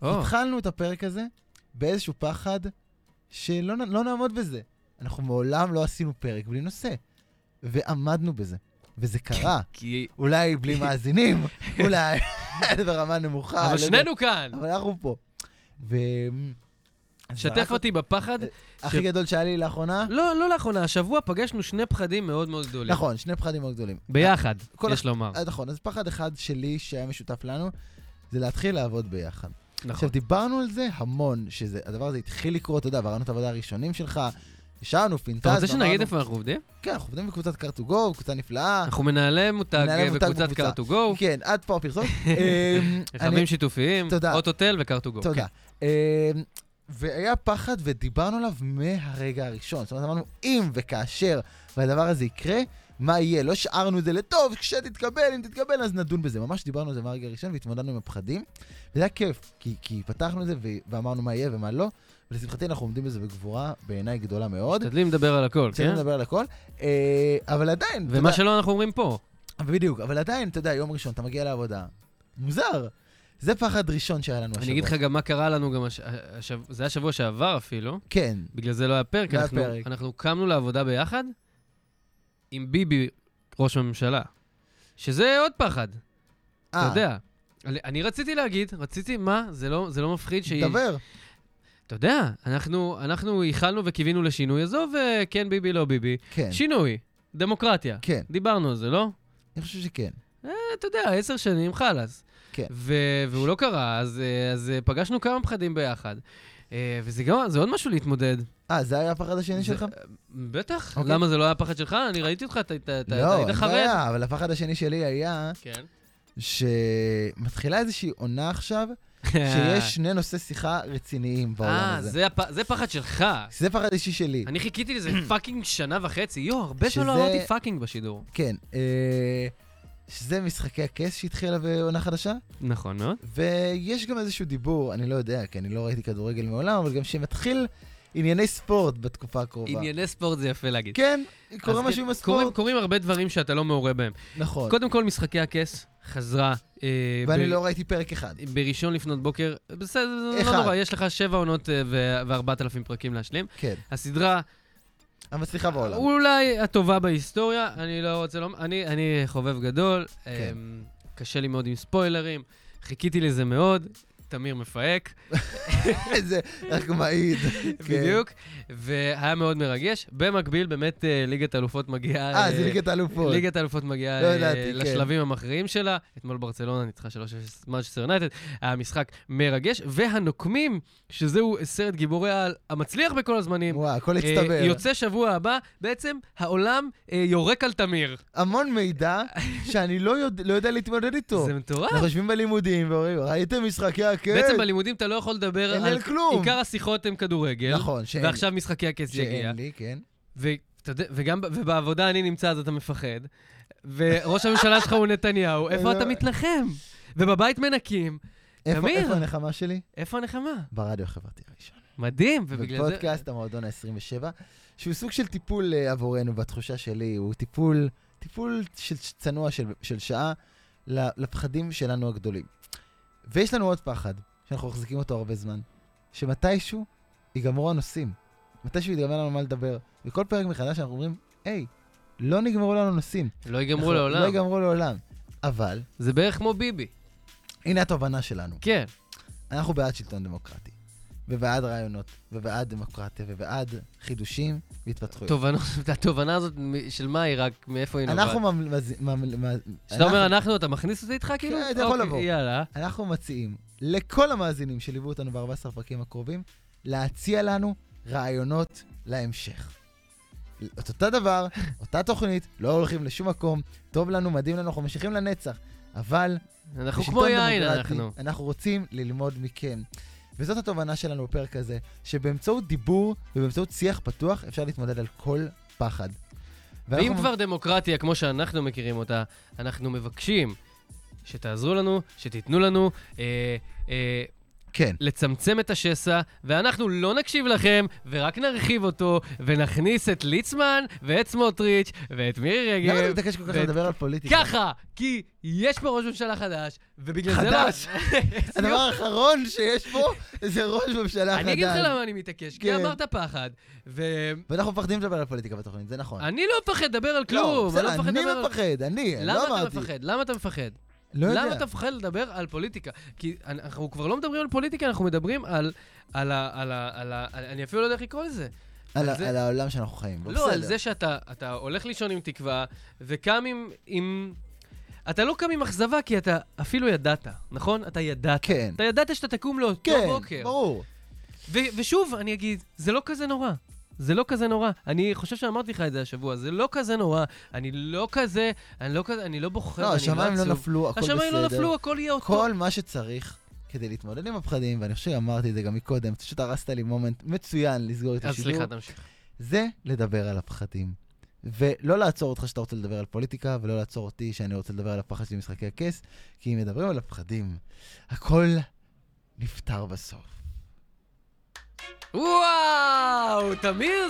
[SPEAKER 4] או,
[SPEAKER 3] התחלנו את הפרק הזה באיזשהו פחד שלא נ- לא נעמוד בזה. אנחנו מעולם לא עשינו פרק בלי נושא, ועמדנו בזה, וזה
[SPEAKER 4] כן.
[SPEAKER 3] קרה.
[SPEAKER 4] כי...
[SPEAKER 3] אולי בלי מאזינים, אולי ברמה נמוכה.
[SPEAKER 4] אבל
[SPEAKER 3] לא יודע.
[SPEAKER 4] שנינו כאן.
[SPEAKER 3] אבל אנחנו פה. ו...
[SPEAKER 4] שתף אותי בפחד.
[SPEAKER 3] אה, הכי גדול שהיה לי לאחרונה,
[SPEAKER 4] לא, לא לאחרונה, השבוע פגשנו שני פחדים מאוד מאוד גדולים.
[SPEAKER 3] אה. נכון, שני פחדים מאוד גדולים.
[SPEAKER 4] ביחד,
[SPEAKER 3] כל
[SPEAKER 4] יש לומר.
[SPEAKER 3] אה, נכון, אז פחד אחד שלי שהיה משותף לנו, זה להתחיל לעבוד ביחד.
[SPEAKER 4] נכון.
[SPEAKER 3] עכשיו, דיברנו על זה המון, שהדבר הזה התחיל לקרות, אתה יודע, ועברנו את העבודה הראשונים שלך, ישבנו, פינטזנו.
[SPEAKER 4] אתה רוצה שנגיד
[SPEAKER 3] אמרנו-
[SPEAKER 4] איפה נכון. אנחנו עובדים?
[SPEAKER 3] כן, אנחנו עובדים בקבוצת car to go, קבוצה נפלאה.
[SPEAKER 4] אנחנו מנהלי מותג
[SPEAKER 3] מנהלי
[SPEAKER 4] אה,
[SPEAKER 3] מותג
[SPEAKER 4] בקבוצת
[SPEAKER 3] בקבוצה.
[SPEAKER 4] car to go,
[SPEAKER 3] כן, עד פה הפרסום. אמ, אני-
[SPEAKER 4] רכבים שיתופיים,
[SPEAKER 3] תודה.
[SPEAKER 4] אוטוטל ו-car to go.
[SPEAKER 3] תודה.
[SPEAKER 4] כן.
[SPEAKER 3] אמ, והיה פחד, ודיברנו עליו מהרגע הראשון. זאת אומרת, אמרנו, אם וכאשר והדבר הזה יקרה, מה יהיה? לא השארנו את זה לטוב, כשתתקבל, אם תתקבל, אז נדון בזה. ממש דיברנו על זה מהרגע הראשון והתמודדנו עם הפחדים. וזה היה כיף, כי, כי פתחנו את זה ו- ואמרנו מה יהיה ומה לא, ולשמחתי אנחנו עומדים בזה בגבורה, בעיניי גדולה מאוד.
[SPEAKER 4] משתדלים לדבר על הכל,
[SPEAKER 3] בסדר
[SPEAKER 4] כן?
[SPEAKER 3] לדבר על הכל, אה, אבל עדיין, אתה
[SPEAKER 4] ומה
[SPEAKER 3] יודע-
[SPEAKER 4] שלא אנחנו אומרים פה.
[SPEAKER 3] בדיוק, אבל עדיין, אתה יודע, יום ראשון, אתה מגיע לעבודה, מוזר. זה פחד ראשון שהיה לנו השבוע.
[SPEAKER 4] אני אגיד לך גם מה קרה לנו גם, הש- השב- זה היה שבוע שעבר אפילו,
[SPEAKER 3] כן,
[SPEAKER 4] בגלל זה לא היה פרק,
[SPEAKER 3] לא היה
[SPEAKER 4] אנחנו-
[SPEAKER 3] פרק.
[SPEAKER 4] אנחנו קמנו לעבודה ביחד עם ביבי ראש הממשלה, שזה עוד פחד, אתה
[SPEAKER 3] אה,
[SPEAKER 4] יודע. אני- אני רציתי להגיד, רציתי, מה, זה לא- זה לא מפחיד שהיא...
[SPEAKER 3] דבר.
[SPEAKER 4] אתה יודע, אנחנו אנחנו ייחלנו וקיווינו לשינוי, עזוב, אה, כן ביבי, לא ביבי.
[SPEAKER 3] כן,
[SPEAKER 4] שינוי, דמוקרטיה.
[SPEAKER 3] כן,
[SPEAKER 4] דיברנו על זה, לא?
[SPEAKER 3] אני חושב שכן.
[SPEAKER 4] אתה יודע, עשר שנים, חלאס.
[SPEAKER 3] כן.
[SPEAKER 4] ו- והוא לא קרה, אז, אה, אז אה, פגשנו כמה פחדים ביחד. אה, וזה גם, זה עוד משהו להתמודד.
[SPEAKER 3] אה, זה היה הפחד השני
[SPEAKER 4] זה-
[SPEAKER 3] שלך?
[SPEAKER 4] בטח.
[SPEAKER 3] אוקיי.
[SPEAKER 4] למה זה לא היה הפחד שלך? אני ראיתי אותך, אתה אתה- אתה- אתה
[SPEAKER 3] לא,
[SPEAKER 4] היית
[SPEAKER 3] אין
[SPEAKER 4] חרד.
[SPEAKER 3] בעיה, אבל הפחד השני שלי היה
[SPEAKER 4] כן.
[SPEAKER 3] שמתחילה איזושהי עונה עכשיו, שיש שני נושאי שיחה רציניים בעולם
[SPEAKER 4] אה,
[SPEAKER 3] הזה.
[SPEAKER 4] זה הפ- זה פחד שלך.
[SPEAKER 3] זה פחד אישי שלי.
[SPEAKER 4] אני חיכיתי לזה פאקינג שנה וחצי. יואו, הרבה זמן לא
[SPEAKER 3] שזה-
[SPEAKER 4] אמרתי פאקינג בשידור.
[SPEAKER 3] כן, אה, שזה משחקי הכס שהתחילה בעונה חדשה,
[SPEAKER 4] נכון מאוד.
[SPEAKER 3] ויש גם איזשהו דיבור, אני לא יודע, כי אני לא ראיתי כדורגל מעולם, אבל גם שמתחיל ענייני ספורט בתקופה הקרובה.
[SPEAKER 4] ענייני ספורט זה יפה להגיד.
[SPEAKER 3] כן, קורה
[SPEAKER 4] אז
[SPEAKER 3] משהו
[SPEAKER 4] כן,
[SPEAKER 3] עם
[SPEAKER 4] קורים-
[SPEAKER 3] הספורט,
[SPEAKER 4] קורים הרבה דברים שאתה לא מעורה בהם.
[SPEAKER 3] נכון.
[SPEAKER 4] קודם כל, משחקי הכס חזרה. אה,
[SPEAKER 3] ואני
[SPEAKER 4] ב-
[SPEAKER 3] לא ראיתי פרק אחד.
[SPEAKER 4] בראשון לפנות בוקר, בסדר, זה
[SPEAKER 3] אחד.
[SPEAKER 4] לא נורא, יש לך שבע עונות אה, ו- וארבעת אלפים פרקים להשלים.
[SPEAKER 3] כן,
[SPEAKER 4] הסדרה
[SPEAKER 3] המצליחה בעולם.
[SPEAKER 4] אולי הטובה בהיסטוריה, אני לא רוצה לומר, אני, אמ, אני חובב גדול, כן. קשה לי מאוד עם ספוילרים, חיכיתי לזה מאוד, תמיר מפהק,
[SPEAKER 3] לא. איזה, כן. רק מעיד.
[SPEAKER 4] בדיוק, והיה מאוד מרגש. במקביל, באמת אה, ליגת האלופות מגיעה...
[SPEAKER 3] אה, זה ליגת האלופות.
[SPEAKER 4] ליגת האלופות מגיעה
[SPEAKER 3] לא
[SPEAKER 4] אה,
[SPEAKER 3] ידעתי, כן.
[SPEAKER 4] לשלבים המכריעים שלה. אתמול ברצלונה ניצחה 3-0 מנצ'סטר יונייטד. היה משחק מרגש. והנוקמים, שזהו סרט גיבורי העל המצליח בכל הזמנים,
[SPEAKER 3] וואו, הכל
[SPEAKER 4] אה,
[SPEAKER 3] הצטבר.
[SPEAKER 4] יוצא שבוע הבא, בעצם העולם אה, יורק על תמיר.
[SPEAKER 3] המון מידע שאני לא יודע- לא יודע להתמודד איתו.
[SPEAKER 4] זה מטורף.
[SPEAKER 3] אנחנו יושבים בלימודים ואומרים, ראיתם משחקי הכס?
[SPEAKER 4] בעצם בלימודים אתה לא יכול לדבר
[SPEAKER 3] אין
[SPEAKER 4] על...
[SPEAKER 3] על כלום.
[SPEAKER 4] עיקר השיחות הם כדורגל.
[SPEAKER 3] נכון, שאין לי.
[SPEAKER 4] ועכשיו משחקי הכס יגיע.
[SPEAKER 3] שאין לי, כן.
[SPEAKER 4] ואתה יודע- וגם ב- ובעבודה אני נמצא, אז אתה מפחד. וראש הממשלה שלך הוא נתניהו, איפה אתה מתנחם? ובבית מנקים.
[SPEAKER 3] איפה-
[SPEAKER 4] תמיר.
[SPEAKER 3] איפה הנחמה שלי?
[SPEAKER 4] איפה הנחמה?
[SPEAKER 3] ברדיו החברתי הראשון.
[SPEAKER 4] מדהים, ובגלל זה...
[SPEAKER 3] בפודקאסט המועדון ה-27, שהוא סוג של טיפול אה, עבורנו, בתחושה שלי, הוא טיפול, טיפול של צנוע של, של שעה ל- לפחדים שלנו הגדולים. ויש לנו עוד פחד, שאנחנו מחזיקים אותו הרבה זמן, שמתישהו ייגמרו הנושאים. מתישהו ייגמר לנו מה לדבר. וכל פרק מחדש אנחנו אומרים, היי, לא נגמרו לנו נושאים.
[SPEAKER 4] לא ייגמרו
[SPEAKER 3] אנחנו- לא
[SPEAKER 4] לעולם.
[SPEAKER 3] ייגמרו לעולם. אבל,
[SPEAKER 4] זה בערך כמו ביבי.
[SPEAKER 3] הנה התובנה שלנו.
[SPEAKER 4] כן.
[SPEAKER 3] אנחנו בעד שלטון דמוקרטי, ובעד רעיונות, ובעד דמוקרטיה, ובעד חידושים והתפתחויות.
[SPEAKER 4] תובנות- התובנה הזאת מ- של מה היא רק, מאיפה היא נובעת?
[SPEAKER 3] אנחנו ממ- ממ- ממ-
[SPEAKER 4] כשאתה אומר
[SPEAKER 3] אנחנו-
[SPEAKER 4] אנחנו, אתה מכניס את זה איתך כאילו?
[SPEAKER 3] כן, זה יכול
[SPEAKER 4] אוקיי,
[SPEAKER 3] לבוא.
[SPEAKER 4] יאללה.
[SPEAKER 3] אנחנו מציעים לכל המאזינים שליוו אותנו ב-14 הפרקים הקרובים, להציע לנו רעיונות להמשך. את אותה דבר, אותה תוכנית, לא הולכים לשום מקום, טוב לנו, מדהים לנו, אנחנו ממשיכים לנצח, אבל
[SPEAKER 4] אנחנו
[SPEAKER 3] בשלטון
[SPEAKER 4] כמו יין,
[SPEAKER 3] דמוקרטי,
[SPEAKER 4] אנחנו.
[SPEAKER 3] אנחנו רוצים ללמוד מכם. וזאת התובנה שלנו בפרק הזה, שבאמצעות דיבור ובאמצעות שיח פתוח אפשר להתמודד על כל פחד.
[SPEAKER 4] ואם
[SPEAKER 3] ואנחנו-
[SPEAKER 4] כבר דמוקרטיה, כמו שאנחנו מכירים אותה, אנחנו מבקשים שתעזרו לנו, שתיתנו לנו אה, אה,
[SPEAKER 3] כן.
[SPEAKER 4] לצמצם את השסע, ואנחנו לא נקשיב לכם, ורק נרחיב אותו, ונכניס את ליצמן, ואת סמוטריץ', ואת מירי רגב.
[SPEAKER 3] למה אתה מתעקש כל כך
[SPEAKER 4] ואת-
[SPEAKER 3] לדבר על פוליטיקה?
[SPEAKER 4] ככה, כי יש פה ראש ממשלה חדש, ובגלל זה לא...
[SPEAKER 3] חדש. הדבר האחרון שיש פה זה ראש ממשלה חדש.
[SPEAKER 4] אני אגיד לך למה אני מתעקש, כי
[SPEAKER 3] כן.
[SPEAKER 4] אמרת פחד, ואני
[SPEAKER 3] ואנחנו מפחדים לדבר על פוליטיקה בתוכנית, זה נכון.
[SPEAKER 4] לא מפחד לדבר על
[SPEAKER 3] לא,
[SPEAKER 4] כלום, אני
[SPEAKER 3] בסדר,
[SPEAKER 4] לא מפחד
[SPEAKER 3] אני
[SPEAKER 4] לדבר על...
[SPEAKER 3] מפחד, אני, אני לא
[SPEAKER 4] למה אתה
[SPEAKER 3] אמרתי.
[SPEAKER 4] מפחד? למה אתה מפחד?
[SPEAKER 3] לא יודע.
[SPEAKER 4] למה אתה מפחד לדבר על פוליטיקה? כי אנ- אנחנו כבר לא מדברים על פוליטיקה, אנחנו מדברים על... על ה... על ה... על ה... על- אני אפילו לא יודע איך לקרוא לזה.
[SPEAKER 3] על ה-
[SPEAKER 4] זה-
[SPEAKER 3] על העולם שאנחנו חיים בו,
[SPEAKER 4] לא, על
[SPEAKER 3] בסדר.
[SPEAKER 4] זה שאתה אתה הולך לישון עם תקווה, וקם עם... עם... אתה לא קם עם אכזבה, כי אתה אפילו ידעת, נכון? אתה ידעת.
[SPEAKER 3] כן.
[SPEAKER 4] אתה ידעת שאתה תקום לאותו
[SPEAKER 3] כן,
[SPEAKER 4] בוקר.
[SPEAKER 3] ברור.
[SPEAKER 4] ו- ושוב, אני אגיד, זה לא כזה נורא. זה לא כזה נורא. אני חושב שאמרתי לך את זה השבוע, זה לא כזה נורא. אני לא כזה, אני לא כזה, אני לא בוחר,
[SPEAKER 3] לא,
[SPEAKER 4] אני
[SPEAKER 3] השמיים לא
[SPEAKER 4] עצוב.
[SPEAKER 3] נפלו, הכל בסדר.
[SPEAKER 4] השמיים לא נפלו, הכל יהיה אותו.
[SPEAKER 3] כל מה שצריך כדי להתמודד עם הפחדים, ואני חושב שאמרתי את זה גם מקודם, פשוט הרסת לי מומנט מצוין לסגור את
[SPEAKER 4] אז
[SPEAKER 3] השידור,
[SPEAKER 4] סליחה, תמשיך.
[SPEAKER 3] זה לדבר על הפחדים. ולא לעצור אותך שאתה רוצה לדבר על פוליטיקה, ולא לעצור אותי שאני רוצה לדבר על הפחד של משחקי הכס, כי אם מדברים על הפחדים, הכל נפתר בסוף.
[SPEAKER 4] וואו, תמיר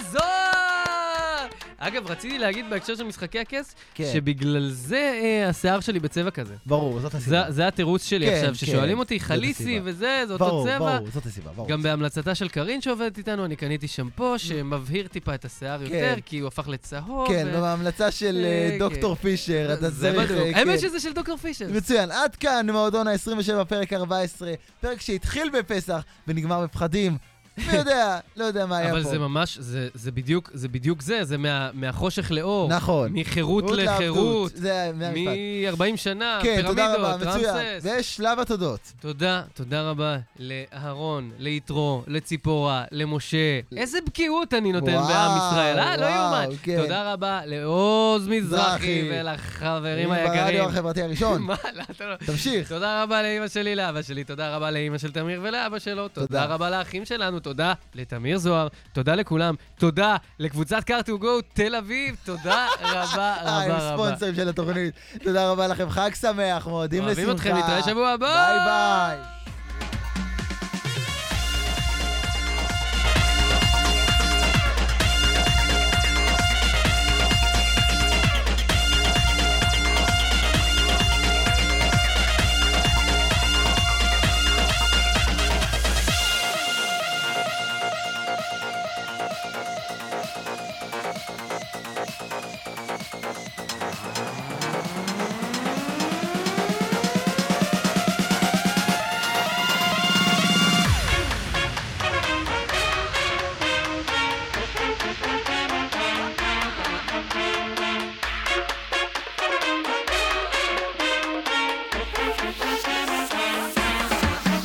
[SPEAKER 4] זוהר! אגב, רציתי להגיד בהקשר של משחקי הכס,
[SPEAKER 3] כן,
[SPEAKER 4] שבגלל זה אה, השיער שלי בצבע כזה.
[SPEAKER 3] ברור, זאת
[SPEAKER 4] זה-
[SPEAKER 3] הסיבה.
[SPEAKER 4] זה התירוץ שלי
[SPEAKER 3] כן,
[SPEAKER 4] עכשיו, ששואלים
[SPEAKER 3] כן,
[SPEAKER 4] אותי,
[SPEAKER 3] זאת
[SPEAKER 4] חליסי
[SPEAKER 3] הסיבה.
[SPEAKER 4] וזה, זה אותו
[SPEAKER 3] ברור,
[SPEAKER 4] צבע.
[SPEAKER 3] ברור, זאת הסיבה, ברור.
[SPEAKER 4] גם בהמלצתה של קארין שעובדת איתנו, אני קניתי שמפו שמבהיר טיפה את השיער יותר, כי הוא הפך לצהוב.
[SPEAKER 3] כן,
[SPEAKER 4] ו-
[SPEAKER 3] בהמלצה של
[SPEAKER 4] אה,
[SPEAKER 3] אה, דוקטור פישר, אתה
[SPEAKER 4] זה
[SPEAKER 3] צריך...
[SPEAKER 4] בדיוק.
[SPEAKER 3] אה,
[SPEAKER 4] האמת
[SPEAKER 3] כן.
[SPEAKER 4] שזה של דוקטור פישר.
[SPEAKER 3] מצוין, עד כאן מועדון ה-27, פרק 14, פרק שהתחיל בפסח ונגמר בפחדים. מי יודע, לא יודע מה היה פה.
[SPEAKER 4] אבל זה ממש, זה- זה בדיוק זה, בדיוק זה, זה מה- מהחושך לאור.
[SPEAKER 3] נכון.
[SPEAKER 4] מחירות
[SPEAKER 3] רות לעבדות.
[SPEAKER 4] לחירות.
[SPEAKER 3] זה מהמשפט.
[SPEAKER 4] מ-40 שנה,
[SPEAKER 3] כן, תודה רבה,
[SPEAKER 4] פירמידות,
[SPEAKER 3] מצוין.
[SPEAKER 4] רמסס.
[SPEAKER 3] ושלב התודות.
[SPEAKER 4] תודה, תודה רבה לאהרון, ליתרו, לציפורה, למשה. איזה בקיאות אני נותן
[SPEAKER 3] וואו,
[SPEAKER 4] בעם ישראל, אה? לא
[SPEAKER 3] וואו,
[SPEAKER 4] יאומן.
[SPEAKER 3] כן.
[SPEAKER 4] תודה רבה לעוז מזרחי
[SPEAKER 3] מזרחי.
[SPEAKER 4] ולחברים
[SPEAKER 3] ברדיו
[SPEAKER 4] היקרים.
[SPEAKER 3] החברתי הראשון.
[SPEAKER 4] מה, לא, אתה לא...
[SPEAKER 3] תמשיך.
[SPEAKER 4] תודה רבה לאימא שלי, לאבא שלי, תודה רבה לאימא של תמיר ולאבא שלו, תודה,
[SPEAKER 3] תודה.
[SPEAKER 4] רבה לאחים שלנו, תודה לתמיר זוהר, תודה לכולם, תודה לקבוצת car to go תל אביב, תודה רבה
[SPEAKER 3] אה, עם
[SPEAKER 4] רבה רבה.
[SPEAKER 3] ספונסרים של התוכנית. תודה רבה לכם, חג שמח, מועדים לשמחה.
[SPEAKER 4] אוהבים אתכם, נתראה שבוע הבא.
[SPEAKER 3] ביי ביי.